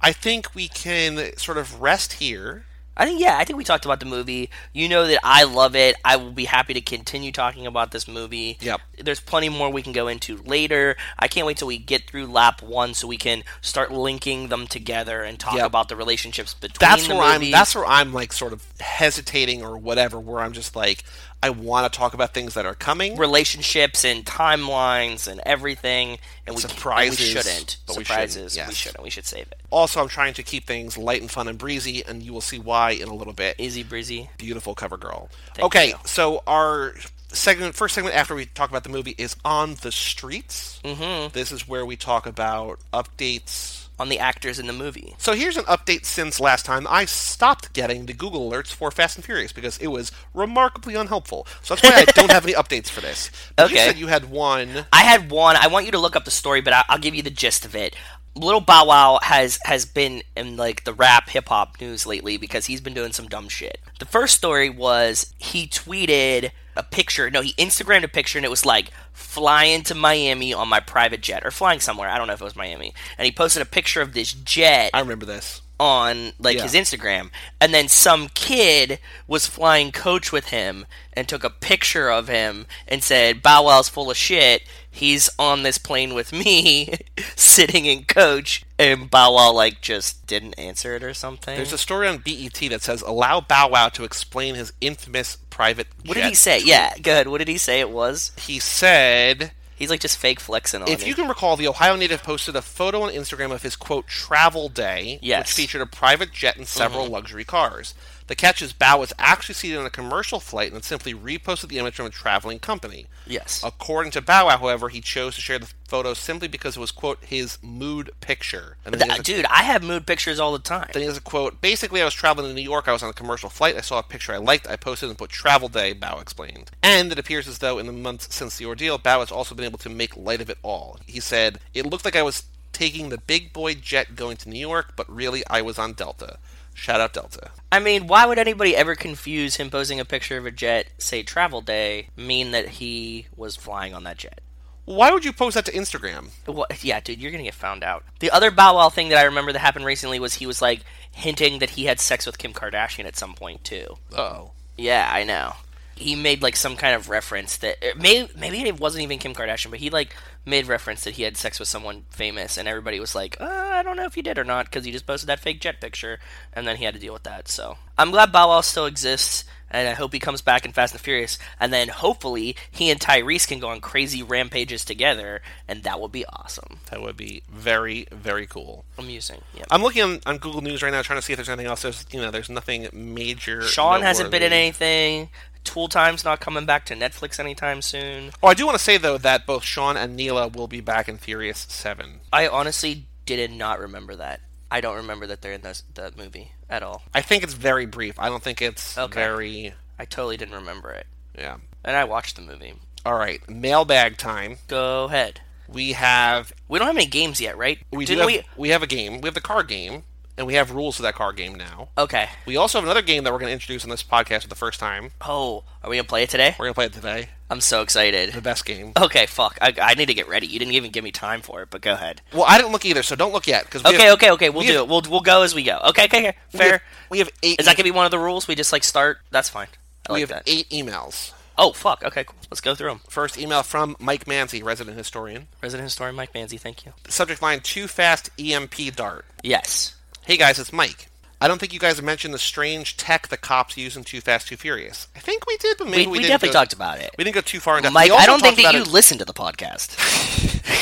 Speaker 2: I think we can sort of rest here.
Speaker 3: I think yeah, I think we talked about the movie. You know that I love it. I will be happy to continue talking about this movie.
Speaker 2: Yep.
Speaker 3: There's plenty more we can go into later. I can't wait till we get through lap one so we can start linking them together and talk
Speaker 2: Yep.
Speaker 3: about the relationships between
Speaker 2: that's
Speaker 3: the
Speaker 2: where I'm
Speaker 3: movies.
Speaker 2: that's where I'm like sort of hesitating or whatever where I'm just like I want to talk about things that are coming
Speaker 3: relationships and timelines and everything and we,
Speaker 2: surprises,
Speaker 3: and we shouldn't
Speaker 2: but we shouldn't,
Speaker 3: surprises we
Speaker 2: yes.
Speaker 3: shouldn't we should save it
Speaker 2: also I'm trying to keep things light and fun and breezy and you will see why in a little bit
Speaker 3: easy breezy
Speaker 2: beautiful cover girl okay
Speaker 3: you.
Speaker 2: so our segment first segment after we talk about the movie is on the streets mm-hmm. this is where we talk about updates
Speaker 3: on the actors in the movie
Speaker 2: So here's an update since last time. I stopped getting the Google alerts for Fast and Furious because it was remarkably unhelpful. So that's why I don't have any updates for this. But You
Speaker 3: Okay.
Speaker 2: said you had one.
Speaker 3: I had one. I want you to look up the story, but I, I'll give you the gist of it. Little Bow Wow has has been in like the rap hip hop news lately because he's been doing some dumb shit. The first story was he tweeted a picture. No, he Instagrammed a picture and it was like flying to Miami on my private jet or flying somewhere. I don't know if it was Miami. And he posted a picture of this jet
Speaker 2: I remember this.
Speaker 3: on like
Speaker 2: Yeah.
Speaker 3: his Instagram, and then some kid was flying coach with him and took a picture of him and said, "Bow Wow's full of shit. He's on this plane with me, sitting in coach." And Bow Wow like just didn't answer it or something.
Speaker 2: There's a story on BET that says allow Bow Wow to explain his infamous private.
Speaker 3: what did
Speaker 2: jet
Speaker 3: he say?
Speaker 2: tweet."
Speaker 3: Yeah, good. What did he say it was?
Speaker 2: He said,
Speaker 3: He's like just fake flexing on
Speaker 2: if
Speaker 3: me.
Speaker 2: you can recall, the Ohio native posted a photo on Instagram of his quote travel day,
Speaker 3: Yes. Mm-hmm.
Speaker 2: which featured a private jet and several luxury cars. The catch is Bow was actually seated on a commercial flight and simply reposted the image from a traveling company.
Speaker 3: yes.
Speaker 2: According to Bow Wow, however, he chose to share the photo simply because it was, quote, his mood picture. And then, he
Speaker 3: Uh,
Speaker 2: has a,
Speaker 3: Dude, I have mood pictures all the time.
Speaker 2: then he has a quote Basically, I was traveling to New York. I was on a commercial flight. I saw a picture I liked. I posted and put travel day, Bow explained. And it appears as though in the months since the ordeal, Bow has also been able to make light of it all. He said, It looked like I was taking the big boy jet going to New York, but really, I was on Delta. Shout out Delta.
Speaker 3: I mean, why would anybody ever confuse him posing a picture of a jet, say travel day, mean that he was flying on that jet?
Speaker 2: Why would you post that to Instagram?
Speaker 3: Well, yeah, dude, you're gonna get found out. The other Bow Wow thing that I remember that happened recently was he was like hinting that he had sex with Kim Kardashian at some point too.
Speaker 2: Oh.
Speaker 3: Yeah, I know. He made like some kind of reference that er, may maybe it wasn't even Kim Kardashian, but he like made reference that he had sex with someone famous, and everybody was like, uh, I don't know if you did or not because he just posted that fake jet picture, and then he had to deal with that. So I'm glad Bow Wow still exists, and I hope he comes back in Fast and Furious, and then hopefully he and Tyrese can go on crazy rampages together, and that would be awesome.
Speaker 2: That would be very, very cool.
Speaker 3: Amusing. Yeah.
Speaker 2: I'm looking on, on Google News right now, trying to see if there's anything else. There's, you know, there's nothing major.
Speaker 3: Sean hasn't been in
Speaker 2: noteworthy.
Speaker 3: anything. Tool Time's not coming back to Netflix anytime soon.
Speaker 2: Oh, I do want to say though that both Sean and Neela will be back in Furious Seven.
Speaker 3: I honestly did not remember that. I don't remember that they're in this, that movie at all.
Speaker 2: I think it's very brief. I don't think it's
Speaker 3: Okay.
Speaker 2: very.
Speaker 3: I totally didn't remember it.
Speaker 2: Yeah.
Speaker 3: And I watched the movie.
Speaker 2: All right, mailbag time.
Speaker 3: Go ahead.
Speaker 2: We have
Speaker 3: We don't have any games yet, right?
Speaker 2: we do
Speaker 3: Didn't
Speaker 2: have,
Speaker 3: we?
Speaker 2: we have a game. We have the card game. and we have rules for that card game now.
Speaker 3: Okay.
Speaker 2: We also have another game that we're going to introduce on this podcast for the first time.
Speaker 3: Oh, are we gonna play it today?
Speaker 2: We're going to play it today.
Speaker 3: I'm so
Speaker 2: The
Speaker 3: excited.
Speaker 2: best game.
Speaker 3: Okay, fuck. I, I need to get ready. You didn't even give me time for it, but go ahead.
Speaker 2: Well, I didn't look either, so don't look yet. Because
Speaker 3: Okay, okay, okay. We'll
Speaker 2: we
Speaker 3: do
Speaker 2: have-
Speaker 3: it. We'll we'll go as we go. Okay, okay, okay.
Speaker 2: We have,
Speaker 3: Fair.
Speaker 2: we have eight.
Speaker 3: Is that gonna be one of the rules? We just like start. That's fine. I
Speaker 2: we
Speaker 3: like
Speaker 2: have
Speaker 3: that.
Speaker 2: eight emails.
Speaker 3: Oh fuck. Okay, cool. Let's go through them.
Speaker 2: First email from Mike Manzi, resident historian.
Speaker 3: Resident historian Mike Manzi, thank you.
Speaker 2: Subject line: Too fast EMP dart.
Speaker 3: Yes.
Speaker 2: Hey guys, it's Mike. I don't think you guys mentioned the strange tech the cops use in Too Fast, Too Furious. I think we did, but maybe
Speaker 3: We,
Speaker 2: we,
Speaker 3: we
Speaker 2: didn't
Speaker 3: definitely
Speaker 2: go,
Speaker 3: talked about it.
Speaker 2: We didn't go too far in depth.
Speaker 3: Mike,
Speaker 2: We also
Speaker 3: I don't think
Speaker 2: talked
Speaker 3: that you
Speaker 2: about
Speaker 3: listen to the podcast.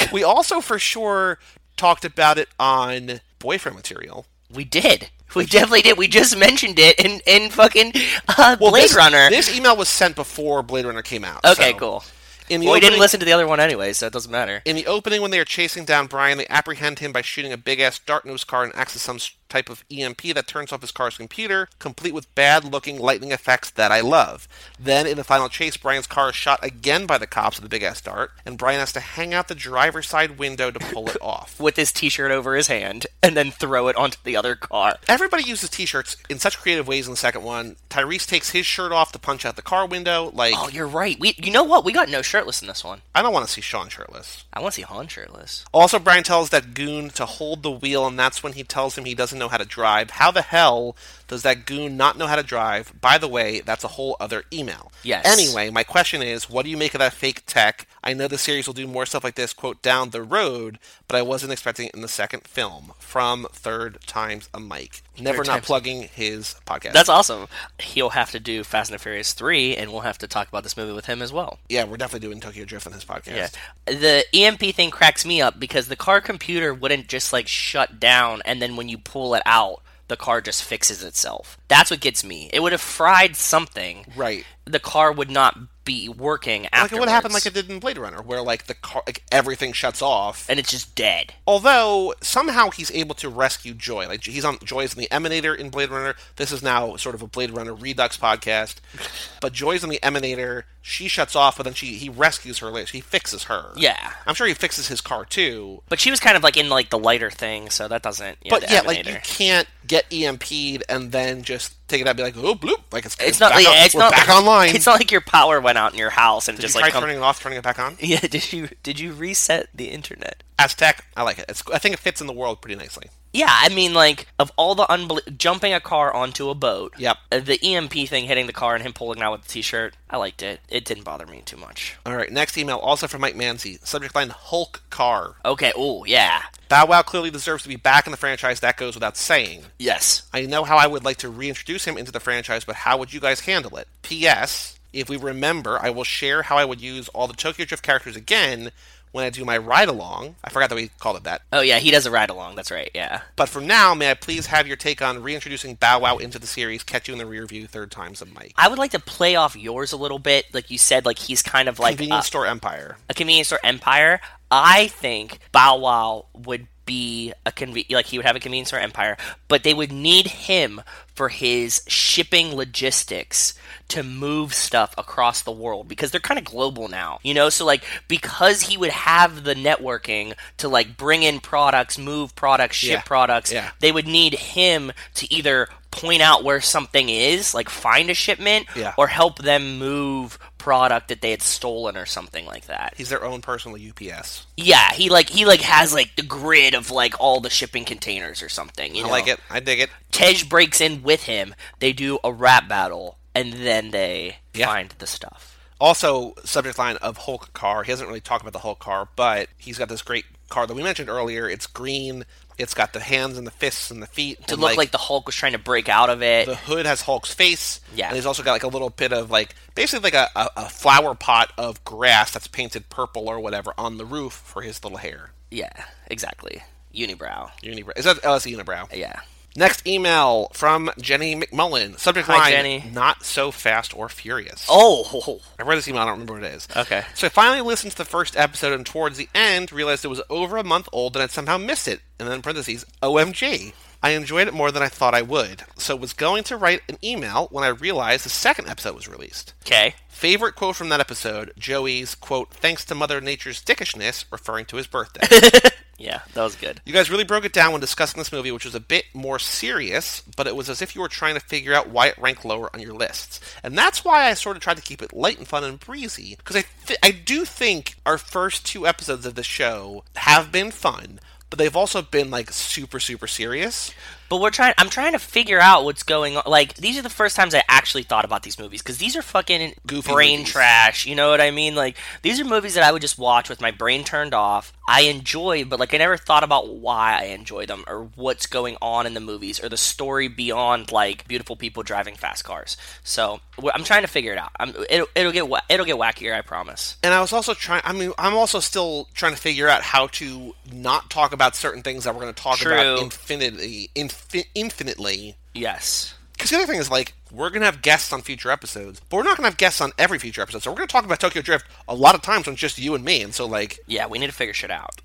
Speaker 2: it- we also, for sure, talked about it on boyfriend material.
Speaker 3: we did. We definitely did. We just mentioned it in in fucking uh, Blade
Speaker 2: this,
Speaker 3: Runner.
Speaker 2: This email was sent before Blade Runner came out.
Speaker 3: okay,
Speaker 2: so-
Speaker 3: cool.
Speaker 2: In the
Speaker 3: Well, we
Speaker 2: opening,
Speaker 3: didn't listen to the other one anyway, so it doesn't matter.
Speaker 2: In the opening, when they are chasing down Brian, they apprehend him by shooting a big ass dart into his car and access some s- type of EMP that turns off his car's computer, complete with bad looking lightning effects that I love. Then, in the final chase, Brian's car is shot again by the cops with a big ass dart, and Brian has to hang out the driver's side window to pull it off.
Speaker 3: With his T-shirt over his hand, and then throw it onto the other car.
Speaker 2: Everybody uses t shirts in such creative ways in the second one. Tyrese takes his shirt off to punch out the car window. Like,
Speaker 3: Oh, you're right. We, you know what? We got no shirtless in this one.
Speaker 2: I don't want to see Sean shirtless.
Speaker 3: I want to see Han shirtless.
Speaker 2: Also, Brian tells that goon to hold the wheel, and that's when he tells him he doesn't know how to drive. How the hell does that goon not know how to drive? By the way, that's a whole other email.
Speaker 3: Yes.
Speaker 2: Anyway, my question is what do you make of that fake tech? I know the series will do more stuff like this, quote, down the road, but I wasn't expecting it in the second film. From Third Times a Mic. Never
Speaker 3: Third
Speaker 2: not
Speaker 3: time's-
Speaker 2: plugging his podcast.
Speaker 3: That's awesome. He'll have to do Fast and the Furious three, and we'll have to talk about this movie with him as well.
Speaker 2: yeah, we're definitely doing Tokyo Drift on his podcast.
Speaker 3: Yeah. The EMP thing cracks me up because the car computer wouldn't just like shut down and then when you pull it out, the car just fixes itself. That's what gets me. It would have fried something.
Speaker 2: Right.
Speaker 3: The car would not be working
Speaker 2: Like
Speaker 3: afterwards.
Speaker 2: what happened like it did in Blade Runner, where like the car like everything shuts off
Speaker 3: and it's just dead.
Speaker 2: Although somehow he's able to rescue Joy, like he's on Joy's in the Emanator in Blade Runner. This is now sort of a Blade Runner Redux podcast, but Joy's in the Emanator. She shuts off, but then she he rescues her later. He fixes her.
Speaker 3: Yeah.
Speaker 2: I'm sure he fixes his car too.
Speaker 3: But she was kind of like in like the lighter thing, so that doesn't yeah,
Speaker 2: But
Speaker 3: the
Speaker 2: yeah, like you
Speaker 3: Emanator.
Speaker 2: can't get EMP'd and then just take it out and be like, oh bloop, like it's
Speaker 3: it's not
Speaker 2: back
Speaker 3: like
Speaker 2: on-
Speaker 3: it's
Speaker 2: we're
Speaker 3: not
Speaker 2: back online.
Speaker 3: It's not like your power went out in your house and
Speaker 2: Did
Speaker 3: just
Speaker 2: you
Speaker 3: like
Speaker 2: try
Speaker 3: come-
Speaker 2: turning it off, turning it back on.
Speaker 3: Yeah, did you did you reset the internet?
Speaker 2: Aztec, I like it. It's, I think it fits in the world pretty nicely.
Speaker 3: Yeah, I mean, like of all the unbel- jumping a car onto a boat.
Speaker 2: Yep.
Speaker 3: uh, The EMP thing hitting the car and him pulling out with the t-shirt. I liked it. It didn't bother me too much.
Speaker 2: All right, next email also from Mike Manzi. Subject line: Hulk car.
Speaker 3: Okay. Oh yeah.
Speaker 2: Bow Wow clearly deserves to be back in the franchise, that goes without saying.
Speaker 3: Yes.
Speaker 2: I know how I would like to reintroduce him into the franchise, but how would you guys handle it? P.S. If we remember, I will share how I would use all the Tokyo Drift characters again when I do my ride along. I forgot that we called it that.
Speaker 3: Oh yeah. He does a ride along. That's right. Yeah.
Speaker 2: But for now, may I please have your take on reintroducing Bow Wow into the series? Catch you in the rear view, third time's a mic.
Speaker 3: I would like to play off yours a little bit. Like you said, like he's kind of like
Speaker 2: Convenience
Speaker 3: uh,
Speaker 2: Store Empire.
Speaker 3: a convenience store empire. I think Bow Wow would be a conve- like he would have a convenience store empire, but they would need him for his shipping logistics to move stuff across the world because they're kind of global now. You know, so like because he would have the networking to like bring in products, move products, ship
Speaker 2: Yeah.
Speaker 3: products,
Speaker 2: Yeah.
Speaker 3: they would need him to either point out where something is, like find a shipment
Speaker 2: Yeah.
Speaker 3: or help them move product that they had stolen or something like that.
Speaker 2: He's their own personal UPS.
Speaker 3: Yeah, he like he like has like the grid of like all the shipping containers or something. You
Speaker 2: I
Speaker 3: know?
Speaker 2: like it. I dig it.
Speaker 3: Tej breaks in with him. They do a rap battle, and then they
Speaker 2: Yeah.
Speaker 3: find the stuff.
Speaker 2: Also, subject line of Hulk car. He hasn't really talked about the Hulk car, but he's got this great car that we mentioned earlier. It's green. It's got the hands and the fists and the feet.
Speaker 3: To look like, the Hulk was trying to break out of it.
Speaker 2: the hood has Hulk's face.
Speaker 3: Yeah.
Speaker 2: and he's also got like a little bit of like basically like a, a, a flower pot of grass that's painted purple or whatever on the roof for his little hair.
Speaker 3: yeah, exactly. Unibrow.
Speaker 2: Unibrow. Is that oh, that's a unibrow?
Speaker 3: Yeah.
Speaker 2: Next email from Jenny McMullen. Subject
Speaker 3: Hi,
Speaker 2: line:
Speaker 3: Jenny.
Speaker 2: Not so fast or furious.
Speaker 3: Oh,
Speaker 2: I read this email. I don't remember what it is.
Speaker 3: Okay.
Speaker 2: So I finally listened to the first episode, and towards the end, realized it was over a month old, and I'd somehow missed it. And then in parentheses, OMG. I enjoyed it more than I thought I would. So was going to write an email when I realized the second episode was released.
Speaker 3: okay.
Speaker 2: Favorite quote from that episode: Joey's quote, "Thanks to Mother Nature's dickishness," referring to his birthday.
Speaker 3: Yeah. That was good.
Speaker 2: You guys really broke it down when discussing this movie, which was a bit more serious, but it was as if you were trying to figure out why it ranked lower on your lists. And that's why I sort of tried to keep it light and fun and breezy, because I, th- I do think our first two episodes of the show have been fun, but they've also been like super, super serious.
Speaker 3: But we're trying. I'm trying to figure out what's going on. Like these are the first times I actually thought about these movies because these are fucking
Speaker 2: Goofy
Speaker 3: brain
Speaker 2: movies.
Speaker 3: trash. You know what I mean? Like these are movies that I would just watch with my brain turned off. I enjoy, but like I never thought about why I enjoy them or what's going on in the movies or the story beyond like beautiful people driving fast cars. So wh- I'm trying to figure it out. I'm, it'll, it'll get wa- it'll get wackier. I promise.
Speaker 2: And I was also trying. I mean, I'm also still trying to figure out how to not talk about certain things that we're going to talk about
Speaker 3: True.
Speaker 2: infinitely, infi- infinitely.
Speaker 3: Yes.
Speaker 2: Because the other thing is, like, we're going to have guests on future episodes, but we're not going to have guests on every future episode. So we're going to talk about Tokyo Drift a lot of times when it's just you and me. And so, like,
Speaker 3: Yeah, we need to figure shit out.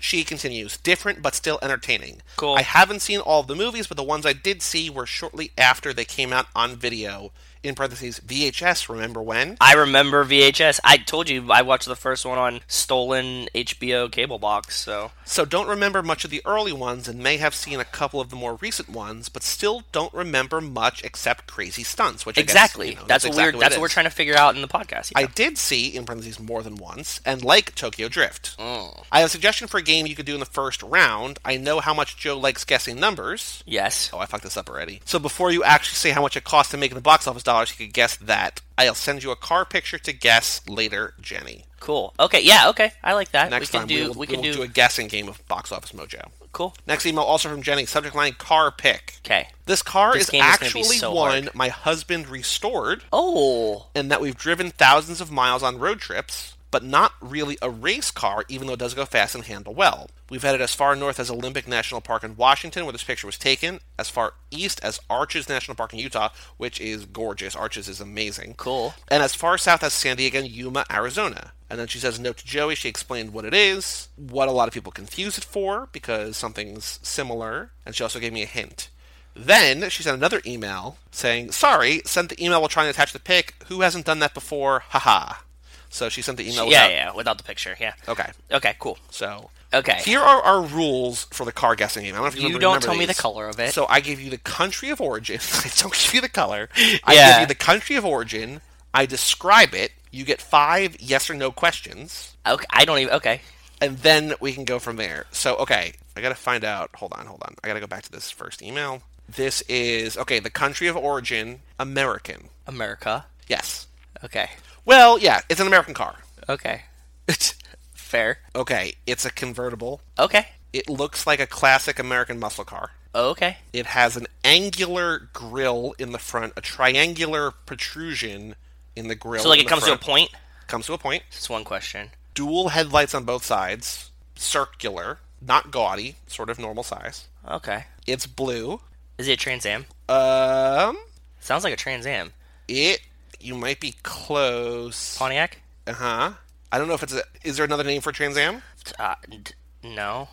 Speaker 2: she continues different but still entertaining.
Speaker 3: Cool.
Speaker 2: I haven't seen all of the movies, but the ones I did see were shortly after they came out on video. In parentheses, VHS, remember when?
Speaker 3: I remember VHS. I told you I watched the first one on stolen HBO cable box, so
Speaker 2: So don't remember much of the early ones and may have seen a couple of the more recent ones, but still don't remember much except crazy stunts, which I guess,
Speaker 3: exactly.
Speaker 2: you know,
Speaker 3: that's, what
Speaker 2: exactly
Speaker 3: we're that's
Speaker 2: it
Speaker 3: what we're
Speaker 2: is.
Speaker 3: trying to figure out in the podcast.
Speaker 2: I did see in parentheses more than once, and like Tokyo Drift.
Speaker 3: Mm.
Speaker 2: I have a suggestion for a game you could do in the first round. I know how much Joe likes guessing numbers.
Speaker 3: yes.
Speaker 2: Oh, I fucked this up already. So before you actually say how much it costs to make the box office dollars, you could guess that. I'll send you a car picture to guess later, Jenny.
Speaker 3: Cool. Okay. Yeah. Okay. I like that.
Speaker 2: Next
Speaker 3: we can
Speaker 2: time
Speaker 3: do.
Speaker 2: we will,
Speaker 3: we can
Speaker 2: will
Speaker 3: do.
Speaker 2: a guessing game of Box Office Mojo.
Speaker 3: cool.
Speaker 2: Next email also from Jenny. Subject line: Car pick.
Speaker 3: Okay.
Speaker 2: This car
Speaker 3: This
Speaker 2: is
Speaker 3: game is gonna be
Speaker 2: actually
Speaker 3: so
Speaker 2: one my husband restored,
Speaker 3: Oh.
Speaker 2: and that we've driven thousands of miles on road trips, but not really a race car, even though it does go fast and handle well. We've headed as far north as Olympic National Park in Washington, where this picture was taken, as far east as Arches National Park in Utah, which is gorgeous. Arches is amazing.
Speaker 3: Cool.
Speaker 2: And as far south as San Diego and Yuma, Arizona. And then she says no to Joey. She explained what it is, what a lot of people confuse it for, because something's similar, and she also gave me a hint. Then she sent another email saying, Sorry, sent the email while trying to attach the pic. Who hasn't done that before? Haha. So she sent the email
Speaker 3: yeah.
Speaker 2: without.
Speaker 3: Yeah. Without the picture. Yeah.
Speaker 2: Okay.
Speaker 3: Okay. Cool.
Speaker 2: So
Speaker 3: Okay.
Speaker 2: here are our rules for the car guessing game. I don't know if you,
Speaker 3: You
Speaker 2: remember-
Speaker 3: don't
Speaker 2: remember
Speaker 3: tell me the
Speaker 2: these.
Speaker 3: color of it.
Speaker 2: So I give you the country of origin. I don't give you the color. I give
Speaker 3: Yeah.
Speaker 2: you the country of origin. I describe it. You get five yes or no questions,
Speaker 3: Okay. I don't even. Okay.
Speaker 2: and then we can go from there. So okay, I gotta find out. Hold on, hold on. I gotta go back to this first email. This is okay. The country of origin, American.
Speaker 3: America.
Speaker 2: Yes.
Speaker 3: Okay.
Speaker 2: Well, yeah, it's an American car.
Speaker 3: Okay. Fair.
Speaker 2: Okay, it's a convertible.
Speaker 3: Okay.
Speaker 2: It looks like a classic American muscle car.
Speaker 3: Okay.
Speaker 2: It has an angular grill in the front, a triangular protrusion in the grill.
Speaker 3: So like
Speaker 2: in
Speaker 3: it
Speaker 2: the
Speaker 3: comes
Speaker 2: front.
Speaker 3: to a point.
Speaker 2: Comes to a point.
Speaker 3: Just one question.
Speaker 2: Dual headlights on both sides, circular, not gaudy, sort of normal size.
Speaker 3: Okay.
Speaker 2: It's blue.
Speaker 3: Is it a Trans Am?
Speaker 2: Um,
Speaker 3: Sounds like a Trans Am.
Speaker 2: it. You might be close. Uh
Speaker 3: Pontiac?
Speaker 2: huh. I don't know if it's a. Is there another name for Trans Am?
Speaker 3: Uh, d- no.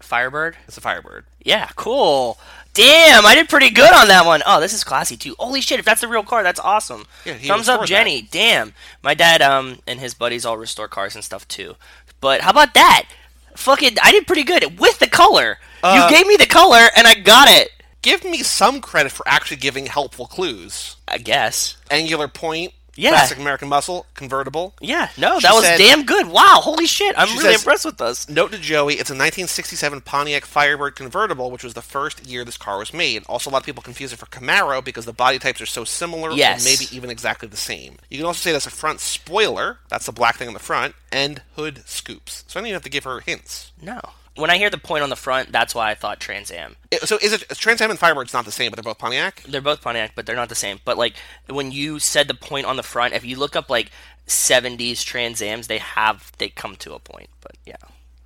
Speaker 3: Firebird?
Speaker 2: It's a Firebird.
Speaker 3: Yeah, cool. Damn, I did pretty good on that one. Oh, this is classy too. Holy shit, if that's the real car, that's awesome.
Speaker 2: Yeah, he
Speaker 3: Thumbs up,
Speaker 2: restored
Speaker 3: Jenny. Damn. My dad um and his buddies all restore cars and stuff too. But how about that? Fucking I did pretty good with the color.
Speaker 2: Uh,
Speaker 3: you gave me the color and I got it.
Speaker 2: Give me some credit for actually giving helpful clues.
Speaker 3: I guess.
Speaker 2: Angular point.
Speaker 3: Yeah.
Speaker 2: Classic American muscle. Convertible.
Speaker 3: Yeah, no, that was
Speaker 2: said-
Speaker 3: damn good. Wow, holy shit. I'm
Speaker 2: She
Speaker 3: really
Speaker 2: says-
Speaker 3: impressed with us.
Speaker 2: Note to Joey, it's a 1967 Pontiac Firebird convertible, which was the first year this car was made. Also, a lot of people confuse it for Camaro because the body types are so similar, or
Speaker 3: Yes.
Speaker 2: maybe even exactly the same. You can also say that's a front spoiler, that's the black thing on the front, and hood scoops. So I don't even have to give her hints.
Speaker 3: No. When I hear the point on the front, that's why I thought Trans Am.
Speaker 2: It- so is it Trans Am and Firebird's not the same, but they're both Pontiac?
Speaker 3: they're both Pontiac, but they're not the same. But like when you said the point on the front, if you look up like '70s Trans Am's, they have they come to a point. But yeah,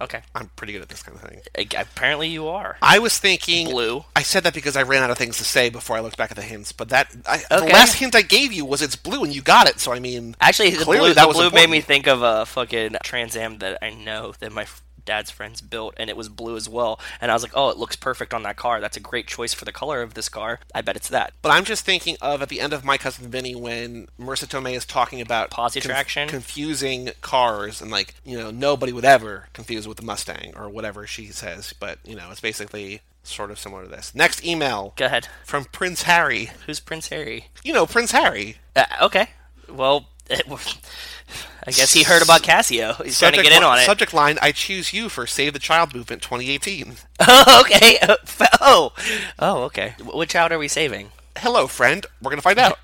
Speaker 3: okay.
Speaker 2: I'm pretty good at this kind of thing.
Speaker 3: A- Apparently you are.
Speaker 2: I was thinking
Speaker 3: Blue.
Speaker 2: I said that because I ran out of things to say before I looked back at the hints, but that I, the
Speaker 3: Okay.
Speaker 2: last hint I gave you was it's blue, and you got it. So I mean,
Speaker 3: Actually, the
Speaker 2: clearly
Speaker 3: blue,
Speaker 2: that
Speaker 3: the
Speaker 2: was
Speaker 3: blue made
Speaker 2: important.
Speaker 3: me think of a fucking Trans Am that I know that my f- dad's friends built, and it was blue as well. And I was like, oh, it looks perfect on that car. That's a great choice for the color of this car. I bet it's that.
Speaker 2: But I'm just thinking of at the end of My Cousin Vinny when Marissa Tomei is talking about
Speaker 3: Posse traction?
Speaker 2: confusing cars, and like you know nobody would ever confuse with the Mustang or whatever she says. But you know it's basically sort of similar to this. Next email
Speaker 3: Go ahead.
Speaker 2: from Prince Harry.
Speaker 3: Who's Prince Harry?
Speaker 2: You know Prince Harry.
Speaker 3: Uh, okay. Well, I guess he heard about Casio. He's trying to get in
Speaker 2: li-
Speaker 3: on it.
Speaker 2: Subject line: I choose you for Save the Child Movement 2018.
Speaker 3: Oh, okay. Oh, f- Oh, oh, okay. Wh- Which child are we saving?
Speaker 2: Hello, friend. We're gonna find out.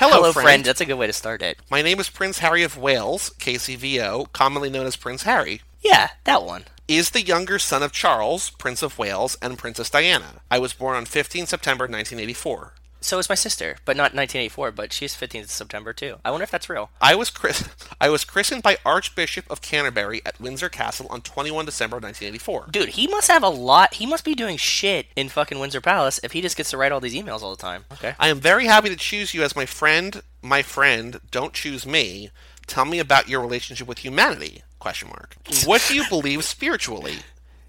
Speaker 2: Hello, friend.
Speaker 3: That's a good way to start it.
Speaker 2: My name is Prince Harry of Wales, KCVO, commonly known as Prince Harry.
Speaker 3: Yeah, that one.
Speaker 2: Is the younger son of Charles, Prince of Wales, and Princess Diana. I was born on 15 September 1984.
Speaker 3: So is my sister, but not 1984. But she's 15th of September too. I wonder if that's real.
Speaker 2: I was chris- I was christened by Archbishop of Canterbury at Windsor Castle on 21 December 1984.
Speaker 3: Dude, he must have a lot. He must be doing shit in fucking Windsor Palace if he just gets to write all these emails all the time. Okay.
Speaker 2: I am very happy to choose you as my friend. My friend, don't choose me. Tell me about your relationship with humanity? Question mark. What do you believe spiritually?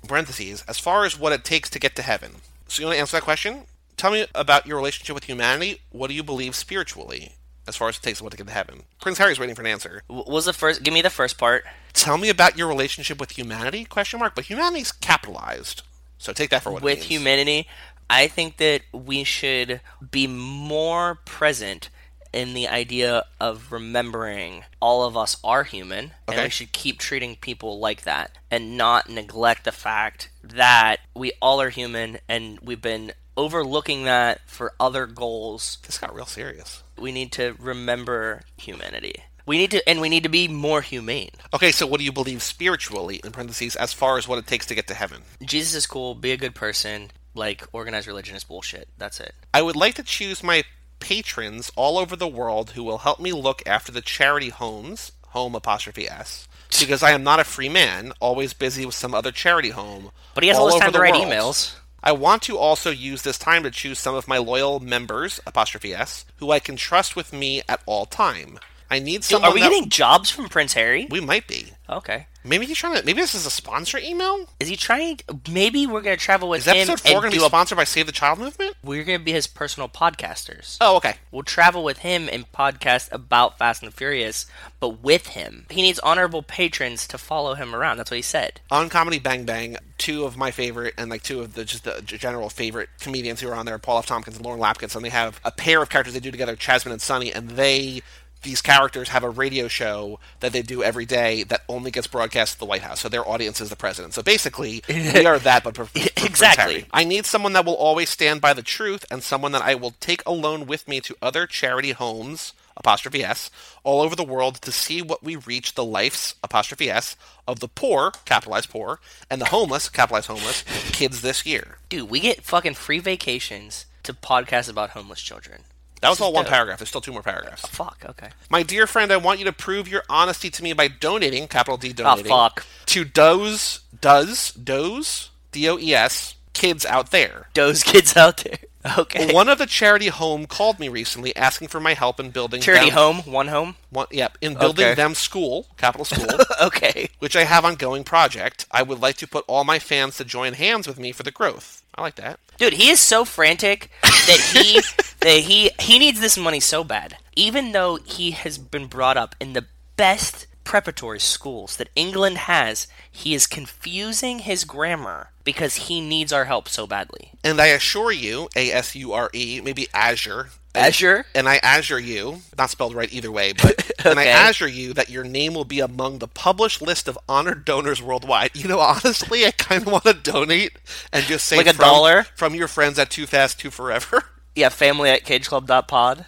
Speaker 2: In Parentheses. As far as what it takes to get to heaven. So you want to answer that question? Tell me about your relationship with humanity. What do you believe spiritually? As far as it takes what to get to heaven. Prince Harry's waiting for an answer.
Speaker 3: Wh- What was the first? Give me the first part.
Speaker 2: Tell me about your relationship with humanity? Question mark. But humanity's capitalized, so take that for what it
Speaker 3: with
Speaker 2: means.
Speaker 3: humanity, I think that we should be more present in the idea of remembering all of us are human and
Speaker 2: Okay.
Speaker 3: we should keep treating people like that and not neglect the fact that we all are human and we've been overlooking that for other goals
Speaker 2: This got real serious.
Speaker 3: we need to remember humanity we need to and we need to be more humane
Speaker 2: Okay, so what do you believe spiritually? In parentheses, as far as what it takes to get to heaven.
Speaker 3: jesus is cool be a good person like organized religion is bullshit that's it
Speaker 2: I would like to choose my patrons all over the world who will help me look after the charity homes, home apostrophe s, because I am not a free man, always busy with some other charity home.
Speaker 3: But he has all this
Speaker 2: over
Speaker 3: time to
Speaker 2: the
Speaker 3: write
Speaker 2: world.
Speaker 3: emails.
Speaker 2: I want to also use this time to choose some of my loyal members, apostrophe s, who I can trust with me at all time. I need someone.
Speaker 3: Are we
Speaker 2: that-
Speaker 3: getting jobs from Prince Harry?
Speaker 2: Oh, We might be.
Speaker 3: Okay.
Speaker 2: Maybe he's trying to. Maybe this is a sponsor email.
Speaker 3: Is he trying? Maybe we're gonna travel with
Speaker 2: Is
Speaker 3: him.
Speaker 2: episode four
Speaker 3: and
Speaker 2: going to
Speaker 3: do
Speaker 2: be
Speaker 3: a-
Speaker 2: sponsored by Save the Child Movement?
Speaker 3: we're gonna be his personal podcasters.
Speaker 2: Oh, okay.
Speaker 3: We'll travel with him and podcast about Fast and the Furious, but with him. He needs honorable patrons to follow him around. That's what he said.
Speaker 2: on Comedy Bang Bang, two of my favorite and like two of the just the g- general favorite comedians who are on there, Paul F. Tompkins and Lauren Lapkus, and they have a pair of characters they do together, Chasman and Sonny, and they these characters have a radio show that they do every day that only gets broadcast at the White House, so their audience is the president. So basically, we are that, but for, for- for Prince
Speaker 3: Exactly.
Speaker 2: Harry. I need someone that will always stand by the truth and someone that I will take alone with me to other charity homes apostrophe s all over the world to see what we reach the lives apostrophe s of the poor capitalized poor and the homeless capitalized homeless kids this year.
Speaker 3: Dude, we get fucking free vacations to podcast about homeless children.
Speaker 2: That was
Speaker 3: This is
Speaker 2: all one
Speaker 3: dope.
Speaker 2: paragraph. There's still two more paragraphs.
Speaker 3: Fuck. Okay.
Speaker 2: My dear friend, I want you to prove your honesty to me by donating capital D donating
Speaker 3: Ah, fuck.
Speaker 2: to does does does d o e s kids out there.
Speaker 3: Those kids out there. Okay.
Speaker 2: One of the charity home called me recently asking for my help in building
Speaker 3: Charity
Speaker 2: them-
Speaker 3: home. One home.
Speaker 2: One, yep, in building
Speaker 3: Okay.
Speaker 2: them school, capital school,
Speaker 3: Okay.
Speaker 2: which I have ongoing project. I would like to put all my fans to join hands with me for the growth. I like that.
Speaker 3: Dude, he is so frantic that he that he he needs this money so bad. Even though he has been brought up in the best preparatory schools that England has, he is confusing his grammar because he needs our help so badly.
Speaker 2: And I assure you, A S U R E, maybe Azure.
Speaker 3: Azure?
Speaker 2: And I Azure you, not spelled right either way, but and I
Speaker 3: Okay.
Speaker 2: Azure you that your name will be among the published list of honored donors worldwide. You know, honestly, I kind of want to donate and just say
Speaker 3: Like a
Speaker 2: from-
Speaker 3: dollar?
Speaker 2: from your friends at Too Fast, Too Forever.
Speaker 3: Yeah, family at cageclub.pod.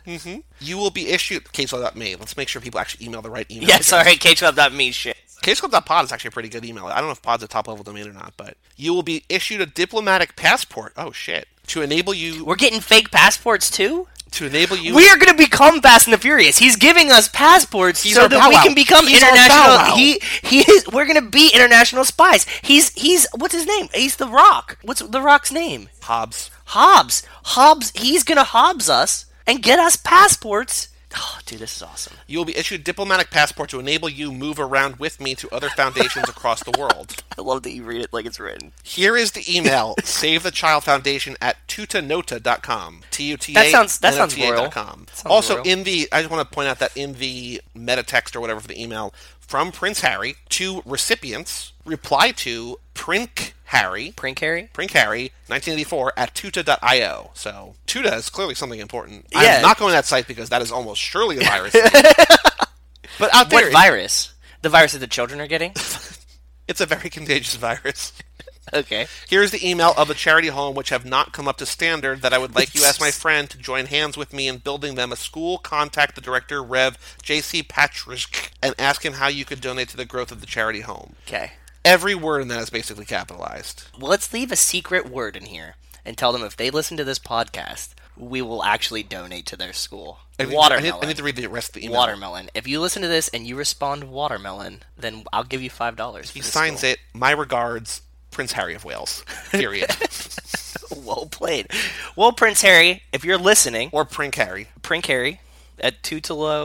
Speaker 2: You will be issued caseclub.me. Let's make sure people actually email the right email.
Speaker 3: Yeah, sorry, cageclub.me shit.
Speaker 2: Caseclub.pod is actually a pretty good email. I don't know if pod's a top level domain or not, but you will be issued a diplomatic passport. Oh shit. To enable you
Speaker 3: We're getting fake passports too?
Speaker 2: to enable you
Speaker 3: We are going to become Fast and the Furious. He's giving us passports
Speaker 2: He's
Speaker 3: so
Speaker 2: our Bow
Speaker 3: that we
Speaker 2: Wow.
Speaker 3: can become
Speaker 2: He's our
Speaker 3: international.
Speaker 2: Bow Wow.
Speaker 3: He he is. We're going to be international spies. He's he's what's his name? He's the Rock. What's the Rock's name?
Speaker 2: Hobbs.
Speaker 3: Hobbs. Hobbs. He's going to Hobbs us and get us passports Oh, dude, this is awesome.
Speaker 2: You will be issued diplomatic passport to enable you move around with me to other foundations across the world.
Speaker 3: I love that you read it like it's written.
Speaker 2: Here is the email: Save the Child Foundation at tutanota.com. T U T A.
Speaker 3: That sounds- that sounds
Speaker 2: N O T A dot
Speaker 3: royal.
Speaker 2: com.
Speaker 3: That sounds
Speaker 2: Also,
Speaker 3: royal.
Speaker 2: in the I just want to point out that in the meta text or whatever for the email from Prince Harry to recipients, reply to Prink Harry.
Speaker 3: Prank Harry?
Speaker 2: Prink Harry, 1984, at tuta.io. So, Tuta is clearly something important.
Speaker 3: Yeah.
Speaker 2: I'm not going to that site because that is almost surely a virus. but out there,
Speaker 3: What virus? The virus that the children are getting?
Speaker 2: it's a very contagious virus.
Speaker 3: okay.
Speaker 2: Here's the email of a charity home which have not come up to standard that I would like you as my friend to join hands with me in building them a school. Contact the director, Rev. J.C. Patrick, and ask him how you could donate to the growth of the charity home.
Speaker 3: Okay.
Speaker 2: Every word in that is basically capitalized.
Speaker 3: Well, let's leave a secret word in here and tell them if they listen to this podcast, we will actually donate to their school.
Speaker 2: I need- I need,
Speaker 3: watermelon.
Speaker 2: I need to read the rest of the email.
Speaker 3: watermelon. If you listen to this and you respond watermelon, then I'll give you five dollars.
Speaker 2: He signs it, My regards, Prince Harry of Wales. Period.
Speaker 3: Well played. Well, Prince Harry, if you're listening,
Speaker 2: or Prince Harry.
Speaker 3: Prank Harry at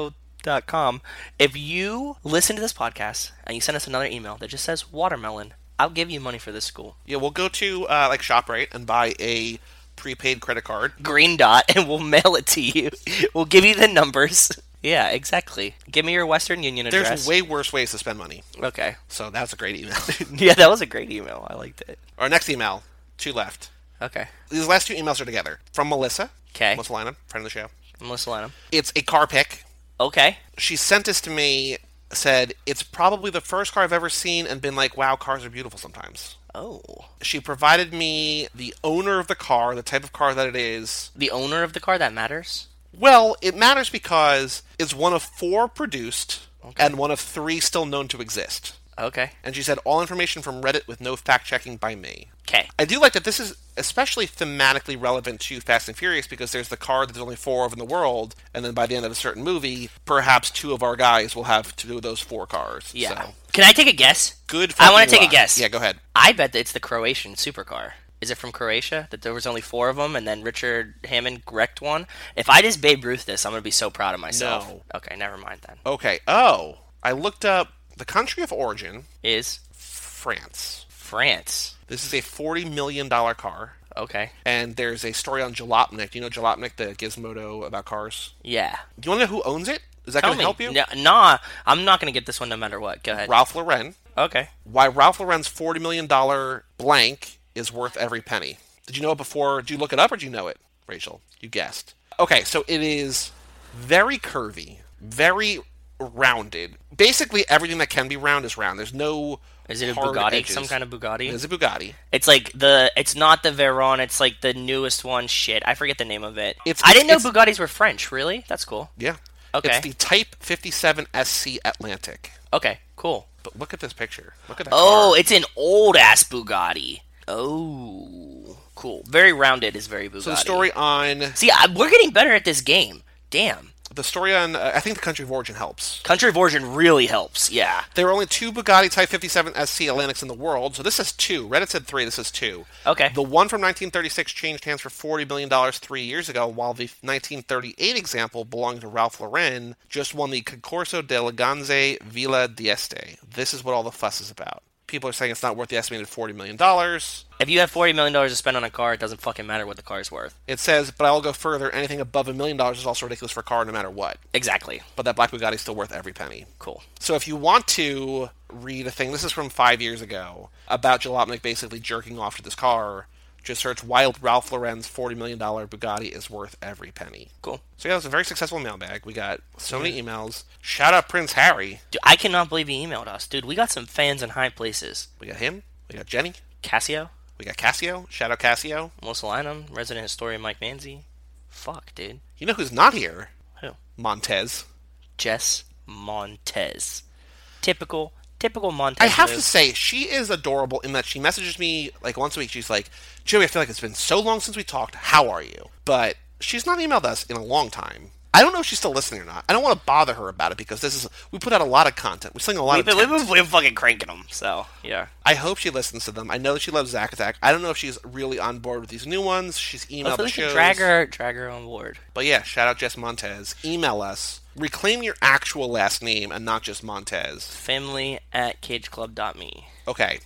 Speaker 3: tutelo.com. If you listen to this podcast and you send us another email that just says watermelon, I'll give you money for this school.
Speaker 2: Yeah, we'll go to uh, like ShopRite and buy a prepaid credit card.
Speaker 3: Green dot, and we'll mail it to you. We'll give you the numbers. Yeah, exactly. Give me your Western Union
Speaker 2: There's
Speaker 3: address.
Speaker 2: way worse ways to spend money.
Speaker 3: okay.
Speaker 2: So that's a great email.
Speaker 3: Yeah, that was a great email. I liked it.
Speaker 2: Our next email, two left.
Speaker 3: Okay.
Speaker 2: These last two emails are together. From Melissa.
Speaker 3: 'Kay.
Speaker 2: Melissa Lynham, friend of the show.
Speaker 3: I'm listening. to 'em.
Speaker 2: It's a car pick.
Speaker 3: Okay.
Speaker 2: She sent this to me, said, It's probably the first car I've ever seen, and been like, wow, cars are beautiful sometimes.
Speaker 3: Oh.
Speaker 2: She provided me the owner of the car, the type of car that it is.
Speaker 3: The owner of the car, that matters?
Speaker 2: Well, it matters because it's one of four produced and one of three still known to exist.
Speaker 3: Okay.
Speaker 2: And she said, all information from Reddit with no fact checking by me.
Speaker 3: Okay.
Speaker 2: I do like that this is especially thematically relevant to Fast and Furious because there's the car that there's only four of in the world, and then by the end of a certain movie, perhaps two of our guys will have two of those four cars.
Speaker 3: Yeah.
Speaker 2: So,
Speaker 3: Can I take a guess?
Speaker 2: good.
Speaker 3: I wanna
Speaker 2: fucking
Speaker 3: take a
Speaker 2: luck.
Speaker 3: guess.
Speaker 2: Yeah, go ahead.
Speaker 3: I bet that it's the Croatian supercar. Is it from Croatia? That there was only four of them, and then Richard Hammond wrecked one. If I just Babe Ruth this, I'm gonna be so proud of myself.
Speaker 2: No.
Speaker 3: Okay, never mind then.
Speaker 2: Okay. Oh, I looked up the country of origin,
Speaker 3: Is
Speaker 2: France.
Speaker 3: France?
Speaker 2: This is a forty million dollar car,
Speaker 3: Okay.
Speaker 2: and there's a story on Jalopnik. Do you know Jalopnik, the Gizmodo about cars?
Speaker 3: Yeah.
Speaker 2: Do you want to know who owns it? Is that
Speaker 3: Tell
Speaker 2: going
Speaker 3: me.
Speaker 2: to help you?
Speaker 3: No- nah, I'm not gonna get this one no matter what. Go ahead.
Speaker 2: Ralph Lauren.
Speaker 3: okay.
Speaker 2: why Ralph Lauren's forty million dollar blank is worth every penny. Did you know it before? Did you look it up or did you know it, Rachel? You guessed. Okay, so it is very curvy, very rounded. Basically, everything that can be round is round. There's no.
Speaker 3: Is it a
Speaker 2: hard
Speaker 3: Bugatti?
Speaker 2: edges.
Speaker 3: Some kind of Bugatti?
Speaker 2: It is a Bugatti.
Speaker 3: It's like the. It's not the Veyron. It's like the newest one. Shit, I forget the name of it.
Speaker 2: It's-
Speaker 3: I didn't know
Speaker 2: it's-
Speaker 3: Bugattis were French. Really? That's cool.
Speaker 2: Yeah.
Speaker 3: Okay.
Speaker 2: It's the Type 57 SC Atlantic.
Speaker 3: Okay. Cool.
Speaker 2: But look at this picture. Look at that.
Speaker 3: Oh,
Speaker 2: car.
Speaker 3: it's an old ass Bugatti. Oh, cool. Very rounded is very Bugatti.
Speaker 2: So the story on
Speaker 3: See, I, we're getting better at this game. Damn.
Speaker 2: the story on uh, I think the country of origin helps.
Speaker 3: Country of Origin really helps. Yeah.
Speaker 2: There are only two Bugatti Type 57 SC Atlantics in the world, so this says two. Reddit said three, this is two.
Speaker 3: Okay.
Speaker 2: The one from 1936 changed hands for $40 million three years ago, while the 1938 example belonging to Ralph Lauren just won the Concorso d'Eleganze Villa d'Este. This is what all the fuss is about. People are saying it's not worth the estimated $40 million.
Speaker 3: If you have forty million dollars to spend on a car, it doesn't fucking matter what the car's worth.
Speaker 2: It says, but I'll go further, anything above a million dollars is also ridiculous for a car no matter what.
Speaker 3: Exactly.
Speaker 2: But that black Bugatti is still worth every penny.
Speaker 3: Cool.
Speaker 2: So if you want to read a thing, this is from five years ago about Jalopnik basically jerking off to this car. Just search "Wild Ralph Lauren's forty million dollar Bugatti is worth every penny."
Speaker 3: Cool.
Speaker 2: So yeah, it was a very successful mailbag. We got so many emails. Shout out Prince Harry.
Speaker 3: Dude, I cannot believe he emailed us, dude. We got some fans in high places.
Speaker 2: We got him. We got Jenny.
Speaker 3: Casio,
Speaker 2: We got Casio. Shout out Casio.
Speaker 3: Mussolinum, resident historian Mike Manzi. Fuck, dude.
Speaker 2: You know who's not here?
Speaker 3: Who?
Speaker 2: Montez.
Speaker 3: Jess Montez. Typical, typical Montez.
Speaker 2: I have
Speaker 3: move.
Speaker 2: to say, she is adorable in that she messages me like once a week. She's like, Joey, I feel like it's been so long since we talked. How are you? But she's not emailed us in a long time. I don't know if she's still listening or not. I don't want to bother her about it because this is we put out a lot of content. We sling a lot
Speaker 3: We've
Speaker 2: of.
Speaker 3: been,
Speaker 2: tent.
Speaker 3: we've been, we've been fucking cranking them, so yeah.
Speaker 2: I hope she listens to them. I know that she loves Zack Attack. I don't know if she's really on board with these new ones. She's emailed
Speaker 3: Hopefully
Speaker 2: the
Speaker 3: we can
Speaker 2: shows.
Speaker 3: drag her, drag her on board.
Speaker 2: But yeah, shout out Jess Montez. Email us. Reclaim your actual last name and not just Montez.
Speaker 3: Family at cageclub.me.
Speaker 2: Okay.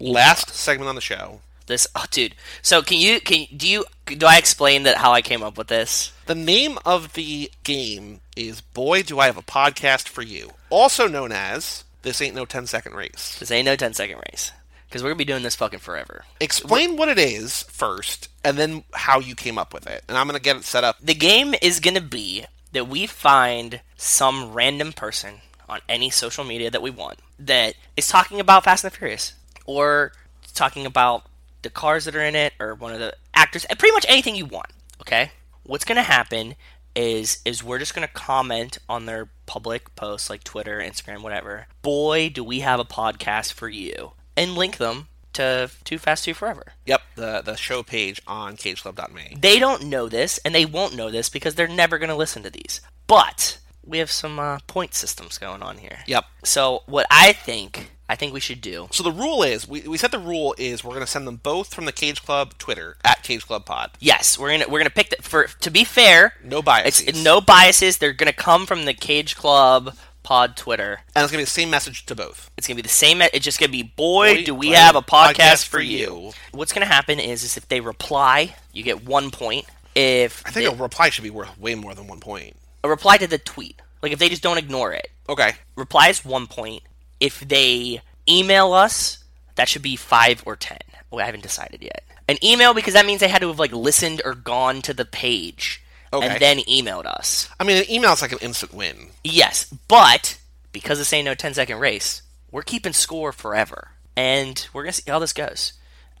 Speaker 2: Last segment on the show.
Speaker 3: This, oh, dude. So can you can do you do I explain that how I came up with this?
Speaker 2: The name of the game is Boy Do I Have a Podcast for You, also known as This Ain't No 10 Second Race.
Speaker 3: This ain't no 10 second race because we're gonna be doing this fucking forever.
Speaker 2: Explain what it is first, and then how you came up with it. And I'm going to get it set up.
Speaker 3: The game is going to be that we find some random person on any social media that we want that is talking about Fast and the Furious or talking about the cars that are in it or one of the actors, and pretty much anything you want, okay? What's going to happen is is we're just going to comment on their public posts like Twitter, Instagram, whatever. Boy, do we have a podcast for you. And link them to Too Fast 2 Forever
Speaker 2: Yep, the, the show page on cageclub.me.
Speaker 3: they don't know this and they won't know this because they're never going to listen to these but we have some uh, point systems going on here
Speaker 2: Yep.
Speaker 3: so what i think i think we should do
Speaker 2: So the rule is we, we said the rule is we're going to send them both from the Cage Club Twitter at Cage Club Pod.
Speaker 3: yes we're gonna we're gonna pick the, for to be fair
Speaker 2: No biases.
Speaker 3: it's no biases they're gonna come from the cage club pod twitter
Speaker 2: And it's going to be the same message to both.
Speaker 3: It's gonna be the same. It's just gonna be, boy,
Speaker 2: Boy,
Speaker 3: do we
Speaker 2: do I
Speaker 3: have a podcast,
Speaker 2: podcast
Speaker 3: for
Speaker 2: for
Speaker 3: you.
Speaker 2: you.
Speaker 3: What's gonna happen is, is if they reply, you get one point. If
Speaker 2: I think
Speaker 3: they-
Speaker 2: a reply should be worth way more than one point.
Speaker 3: a reply to the tweet, like if they just don't ignore it,
Speaker 2: Okay.
Speaker 3: reply is one point. If they email us, that should be five or ten. Oh, I haven't decided yet. An email because that means they had to have like listened or gone to the page
Speaker 2: Okay.
Speaker 3: and then emailed us.
Speaker 2: I mean, an email's like an instant win.
Speaker 3: Yes, but because this ain't no 10 second race, we're keeping score forever, and we're gonna see how this goes.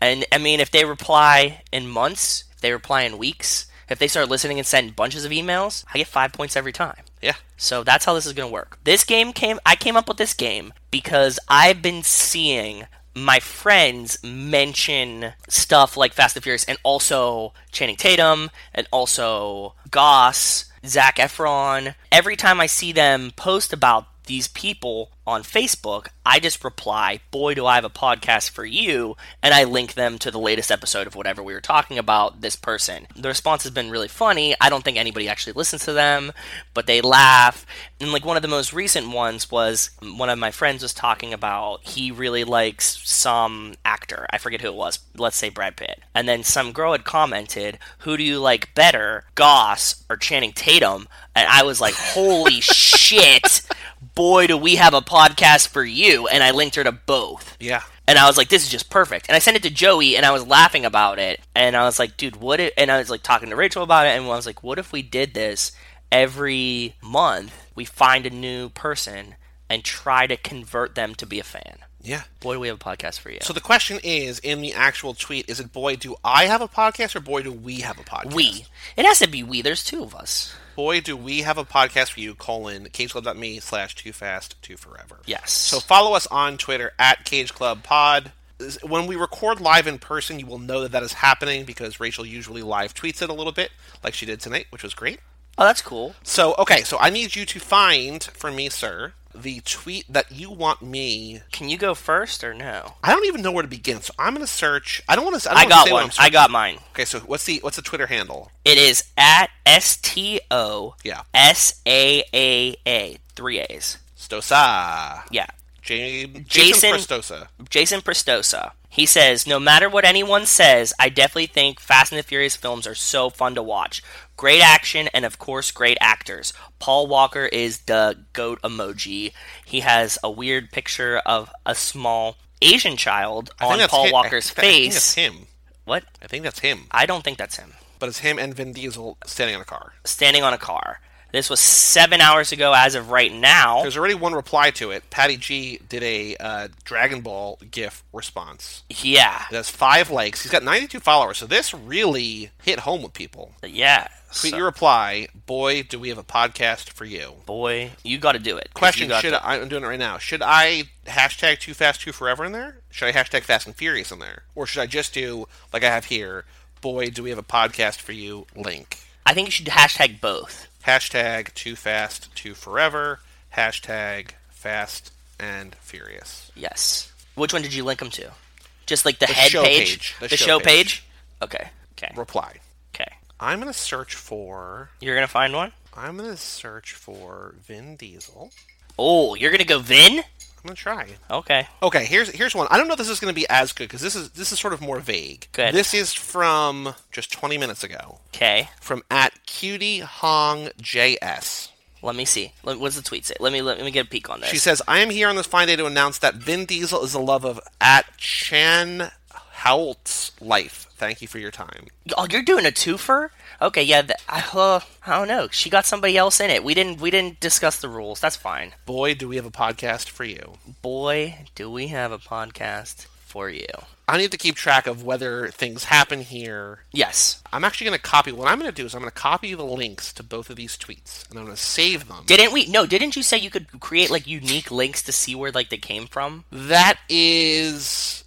Speaker 3: And I mean, if they reply in months, if they reply in weeks, if they start listening and send bunches of emails, I get five points every time.
Speaker 2: Yeah.
Speaker 3: So that's how this is going to work. This game came I came up with this game because I've been seeing my friends mention stuff like Fast and Furious and also Channing Tatum and also Goss, Zach Efron. Every time I see them post about these people on Facebook, I just reply, Boy, do I have a podcast for you. And I link them to the latest episode of whatever we were talking about, this person. The response has been really funny. I don't think anybody actually listens to them, but they laugh. And like one of the most recent ones was one of my friends was talking about he really likes some actor. I forget who it was. Let's say Brad Pitt. And then some girl had commented, Who do you like better, Goss or Channing Tatum? And I was like, Holy shit boy, do we have a podcast for you. And I linked her to both.
Speaker 2: Yeah.
Speaker 3: And I was like, this is just perfect. And I sent it to Joey and I was laughing about it. And I was like, dude, what if, and I was like talking to Rachel about it. And I was like, what if we did this every month? We find a new person and try to convert them to be a fan.
Speaker 2: Yeah.
Speaker 3: Boy, do we have a podcast for you.
Speaker 2: So the question is in the actual tweet is it boy, do I have a podcast or boy, do we have a podcast?
Speaker 3: we. It has to be we. There's two of us.
Speaker 2: Boy, do we have a podcast for you, colon, cageclub.me slash too fast, too forever.
Speaker 3: Yes.
Speaker 2: So follow us on Twitter at Cage Club Pod. When we record live in person, you will know that that is happening because Rachel usually live tweets it a little bit, like she did tonight, which was great.
Speaker 3: oh, that's cool.
Speaker 2: So, okay, so I need you to find for me, sir, the tweet that you want me.
Speaker 3: Can you go first or no?
Speaker 2: I don't even know where to begin, so I'm going to search. I don't want to. I, don't
Speaker 3: I
Speaker 2: wanna
Speaker 3: got
Speaker 2: say what
Speaker 3: one.
Speaker 2: I'm
Speaker 3: I
Speaker 2: searching.
Speaker 3: got mine.
Speaker 2: Okay, so what's the what's the Twitter handle?
Speaker 3: It is at S T O
Speaker 2: Yeah.
Speaker 3: S A A A. Three A's.
Speaker 2: Stosa.
Speaker 3: Yeah.
Speaker 2: Ja- Jason,
Speaker 3: Jason-
Speaker 2: Prestosa.
Speaker 3: Jason Prestosa. He says, No matter what anyone says, I definitely think Fast and the Furious films are so fun to watch. Great action and, of course, great actors. Paul Walker is the goat emoji. He has a weird picture of a small Asian child
Speaker 2: I think
Speaker 3: on
Speaker 2: that's
Speaker 3: Paul
Speaker 2: him-
Speaker 3: Walker's
Speaker 2: I think, I think that's
Speaker 3: face.
Speaker 2: him.
Speaker 3: what?
Speaker 2: I think that's him.
Speaker 3: I don't think that's him.
Speaker 2: But it's him and Vin Diesel standing in a car.
Speaker 3: Standing on a car. This was seven hours ago as of right now.
Speaker 2: There's already one reply to it. Patty G did a uh, Dragon Ball GIF response.
Speaker 3: yeah.
Speaker 2: It has five likes. He's got 92 followers, so this really hit home with people.
Speaker 3: Yeah.
Speaker 2: Tweet
Speaker 3: so-
Speaker 2: your reply, boy, do we have a podcast for you.
Speaker 3: boy, you got to do it. 'cause
Speaker 2: Question:
Speaker 3: you got
Speaker 2: Should
Speaker 3: to-
Speaker 2: I, I'm doing it right now? Should I hashtag too fast, too forever in there? Should I hashtag fast and furious in there, or should I just do like I have here? Boy, do we have a podcast for you? Link.
Speaker 3: I think you should hashtag both.
Speaker 2: Hashtag too fast, too forever. Hashtag fast and furious.
Speaker 3: Yes. Which one did you link them to? Just like the,
Speaker 2: The
Speaker 3: head
Speaker 2: show
Speaker 3: page,
Speaker 2: page.
Speaker 3: the, show, page. Okay. Okay.
Speaker 2: Reply.
Speaker 3: Okay.
Speaker 2: I'm gonna search for.
Speaker 3: You're gonna find one.
Speaker 2: I'm gonna search for Vin Diesel.
Speaker 3: Oh, you're gonna go Vin.
Speaker 2: I'm gonna try.
Speaker 3: Okay.
Speaker 2: Okay, here's here's one. I don't know if this is going to be as good because this is this is sort of more vague.
Speaker 3: Good.
Speaker 2: This is from just 20 minutes ago
Speaker 3: Okay.
Speaker 2: from at cutie hong js.
Speaker 3: Let me see. Let, what's the tweet say? Let me let me get a peek on this.
Speaker 2: She says, "I am here on this fine day to announce that Vin Diesel is the love of at Chan Howlt's life. Thank you for your time.
Speaker 3: oh, you're doing a twofer? Okay. Yeah. th I, uh, I don't know. She got somebody else in it. We didn't we didn't discuss the rules. That's fine.
Speaker 2: Boy, do we have a podcast for you.
Speaker 3: Boy, do we have a podcast for you.
Speaker 2: I need to keep track of whether things happen here.
Speaker 3: Yes.
Speaker 2: I'm actually going to copy. What I'm going to do is I'm going to copy the links to both of these tweets and I'm going to save them.
Speaker 3: Didn't we? No, didn't you say you could create like unique links to see where like they came from?
Speaker 2: That is,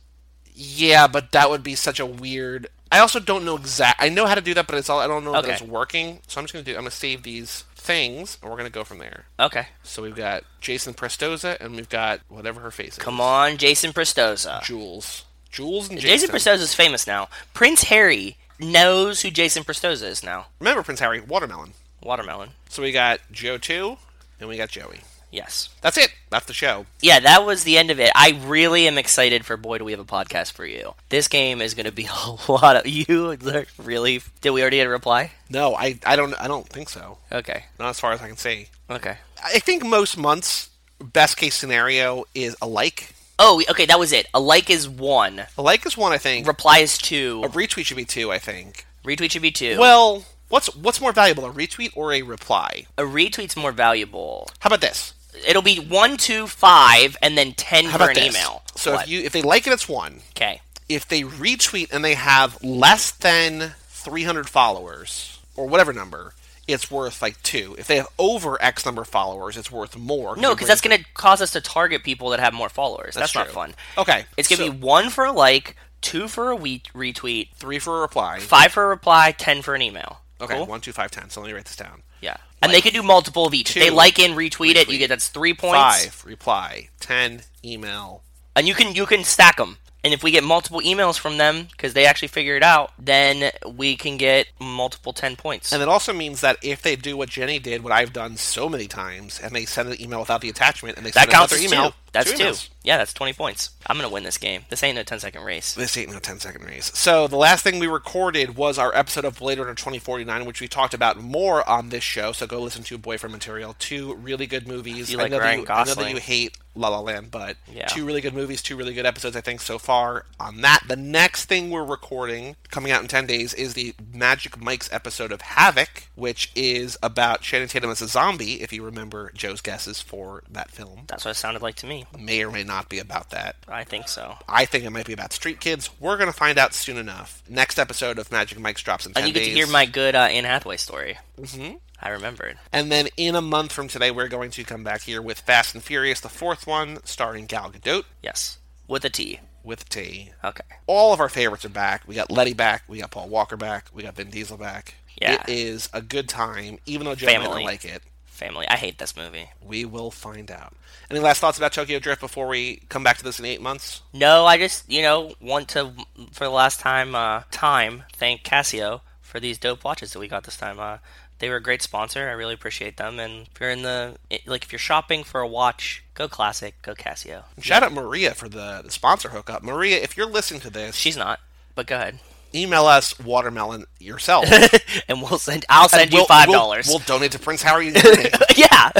Speaker 2: yeah, but that would be such a weird. I also don't know exact. I know how to do that, but it's all I don't know
Speaker 3: Okay.
Speaker 2: that it's working. So I'm just gonna do. I'm gonna save these things, and we're gonna go from there.
Speaker 3: Okay.
Speaker 2: So we've got Jason Prestoza, and we've got whatever her face is.
Speaker 3: Come on, Jason Prestoza.
Speaker 2: Jules, Jules, and Jason.
Speaker 3: Jason Prestoza is famous now. Prince Harry knows who Jason Prestoza is now.
Speaker 2: Remember Prince Harry, Watermelon.
Speaker 3: Watermelon.
Speaker 2: So we got Joe two, and we got Joey.
Speaker 3: Yes.
Speaker 2: That's it. That's the show.
Speaker 3: Yeah, that was the end of it. I really am excited for Boy Do We Have a Podcast for you. This game is going to be a lot of. You really. Did we already get a reply?
Speaker 2: No, I, I don't I don't think so.
Speaker 3: Okay.
Speaker 2: Not as far as I can see.
Speaker 3: Okay.
Speaker 2: I think most months, best case scenario is alike.
Speaker 3: Oh, okay, that was it. A like is one,
Speaker 2: A like is one, I think.
Speaker 3: reply is two,
Speaker 2: A retweet should be two, I think.
Speaker 3: retweet should be two.
Speaker 2: Well, what's what's more valuable, a retweet or a reply?
Speaker 3: a retweet's more valuable.
Speaker 2: How about this?
Speaker 3: It'll be one, two, five, and then ten
Speaker 2: How
Speaker 3: for
Speaker 2: about
Speaker 3: an
Speaker 2: this?
Speaker 3: email.
Speaker 2: So
Speaker 3: What?
Speaker 2: if you if they like it, it's one.
Speaker 3: okay,
Speaker 2: If they retweet and they have less than 300 followers or whatever number, it's worth like two. If they have over X number of followers, it's worth more.
Speaker 3: no,
Speaker 2: it
Speaker 3: because that's
Speaker 2: brings-
Speaker 3: gonna cause us to target people that have more followers. That's, not
Speaker 2: true.
Speaker 3: fun.
Speaker 2: Okay,
Speaker 3: It's gonna
Speaker 2: so-
Speaker 3: be one for a like, two for a we- retweet,
Speaker 2: three for a reply.
Speaker 3: five for a reply, ten for an email.
Speaker 2: Okay,
Speaker 3: Cool?
Speaker 2: one, two, five, ten. So let me write this down.
Speaker 3: yeah, and they could do multiple of each. If they
Speaker 2: two,
Speaker 3: like and retweet, it, you
Speaker 2: retweet,
Speaker 3: get that's three points,
Speaker 2: Five reply, ten email.
Speaker 3: and you can you can stack them. And if we get multiple emails from them because they actually figure it out, then we can get multiple ten points.
Speaker 2: And it also means that if they do what Jenny did, what I've done so many times, and they send an email without the attachment, and they
Speaker 3: That
Speaker 2: send
Speaker 3: counts
Speaker 2: another
Speaker 3: as
Speaker 2: email,
Speaker 3: two. That's two.
Speaker 2: emails.
Speaker 3: Yeah, that's 20 points. I'm going to win this game. This ain't no 10 second race.
Speaker 2: This ain't no 10 second race. So the last thing we recorded was our episode of Blade Runner 2049, which we talked about more on this show. So go listen to Boyfriend Material. Two really good movies.
Speaker 3: You like
Speaker 2: I, know that
Speaker 3: Ryan
Speaker 2: you, I know that
Speaker 3: Gosling.
Speaker 2: you hate La La Land, but
Speaker 3: Yeah.
Speaker 2: two really good movies, two really good episodes, I think, so far on that. The next thing we're recording, coming out in 10 days, is the Magic Mike's episode of Havoc, which is about Shannon Tatum as a zombie, if you remember Joe's guesses for that film.
Speaker 3: That's what it sounded like to me.
Speaker 2: May or may not be about that.
Speaker 3: I think so.
Speaker 2: I think it might be about street kids. We're going to find out soon enough. Next episode of Magic Mike's drops in 10
Speaker 3: And you get to
Speaker 2: days.
Speaker 3: hear my good uh, Anne Hathaway story. Mm-hmm. I remembered.
Speaker 2: And then in a month from today, we're going to come back here with Fast and Furious, the fourth one, starring Gal Gadot
Speaker 3: Yes. With a T.
Speaker 2: with T.
Speaker 3: Okay.
Speaker 2: All of our favorites are back. We got Letty back. We got Paul Walker back. We got Vin Diesel back.
Speaker 3: Yeah.
Speaker 2: It is a good time, even though Joe might not
Speaker 3: Family.
Speaker 2: like it.
Speaker 3: Family. I hate this movie.
Speaker 2: We will find out. Any last thoughts about Tokyo Drift before we come back to this in eight months?
Speaker 3: No, I just, you know, want to, for the last time, uh, time, thank Casio for these dope watches that we got this time. Uh, they were a great sponsor. I really appreciate them. And if you're in the, like, if you're shopping for a watch, go classic, go Casio.
Speaker 2: Shout out Maria for the, the sponsor hookup. Maria, if you're listening to this,
Speaker 3: She's not, but go ahead.
Speaker 2: email us watermelon yourself.
Speaker 3: and we'll send. I'll send you
Speaker 2: We'll-
Speaker 3: five
Speaker 2: we'll-
Speaker 3: dollars.
Speaker 2: We'll, donate to Prince Harry. Unity.
Speaker 3: yeah,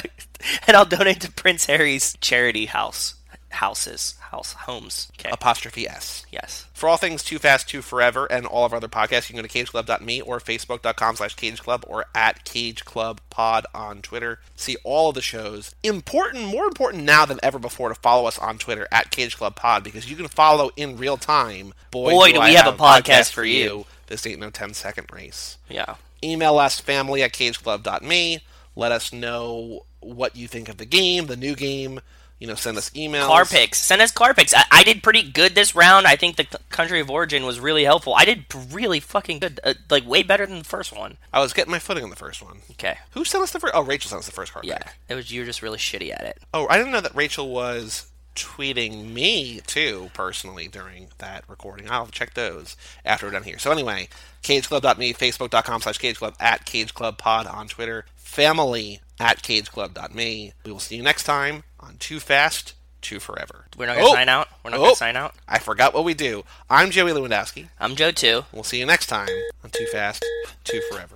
Speaker 3: and I'll donate to Prince Harry's charity house, houses, house homes. Okay.
Speaker 2: apostrophe S.
Speaker 3: yes.
Speaker 2: For all things Too Fast, Too Forever, and all of our other podcasts, you can go to cageclub.me or facebook.com slash cageclub or at cageclubpod on Twitter. See all of the shows. Important, more important now than ever before to follow us on Twitter at cageclubpod because you can follow in real time. Boy,
Speaker 3: Boy, do we have a podcast for you.
Speaker 2: This ain't no 10 second race.
Speaker 3: Yeah.
Speaker 2: email us family at cageclub.me let us know what you think of the game the new game You know, send us emails.
Speaker 3: Car picks. Send us car picks. I, I did pretty good this round. I think the c- country of origin was really helpful. I did really fucking good. Uh, like, way better than the first one.
Speaker 2: I was getting my footing on the first one.
Speaker 3: Okay.
Speaker 2: Who sent us the first? Oh, Rachel sent us the first card
Speaker 3: Yeah.
Speaker 2: pick.
Speaker 3: It was you were just really shitty at it.
Speaker 2: Oh, I didn't know that Rachel was tweeting me too personally during that recording. I'll check those after we're done here. So anyway, cageclub.me, facebook.com slash cageclub, at cageclubpod on Twitter, family at cageclub.me. We will see you next time on Too Fast, Too Forever.
Speaker 3: We're not going to
Speaker 2: Oh!
Speaker 3: sign out. We're not
Speaker 2: Oh!
Speaker 3: going to sign out.
Speaker 2: I forgot what we do. I'm Joey Lewandowski.
Speaker 3: I'm Joe, too.
Speaker 2: We'll see you next time on Too Fast, Too Forever.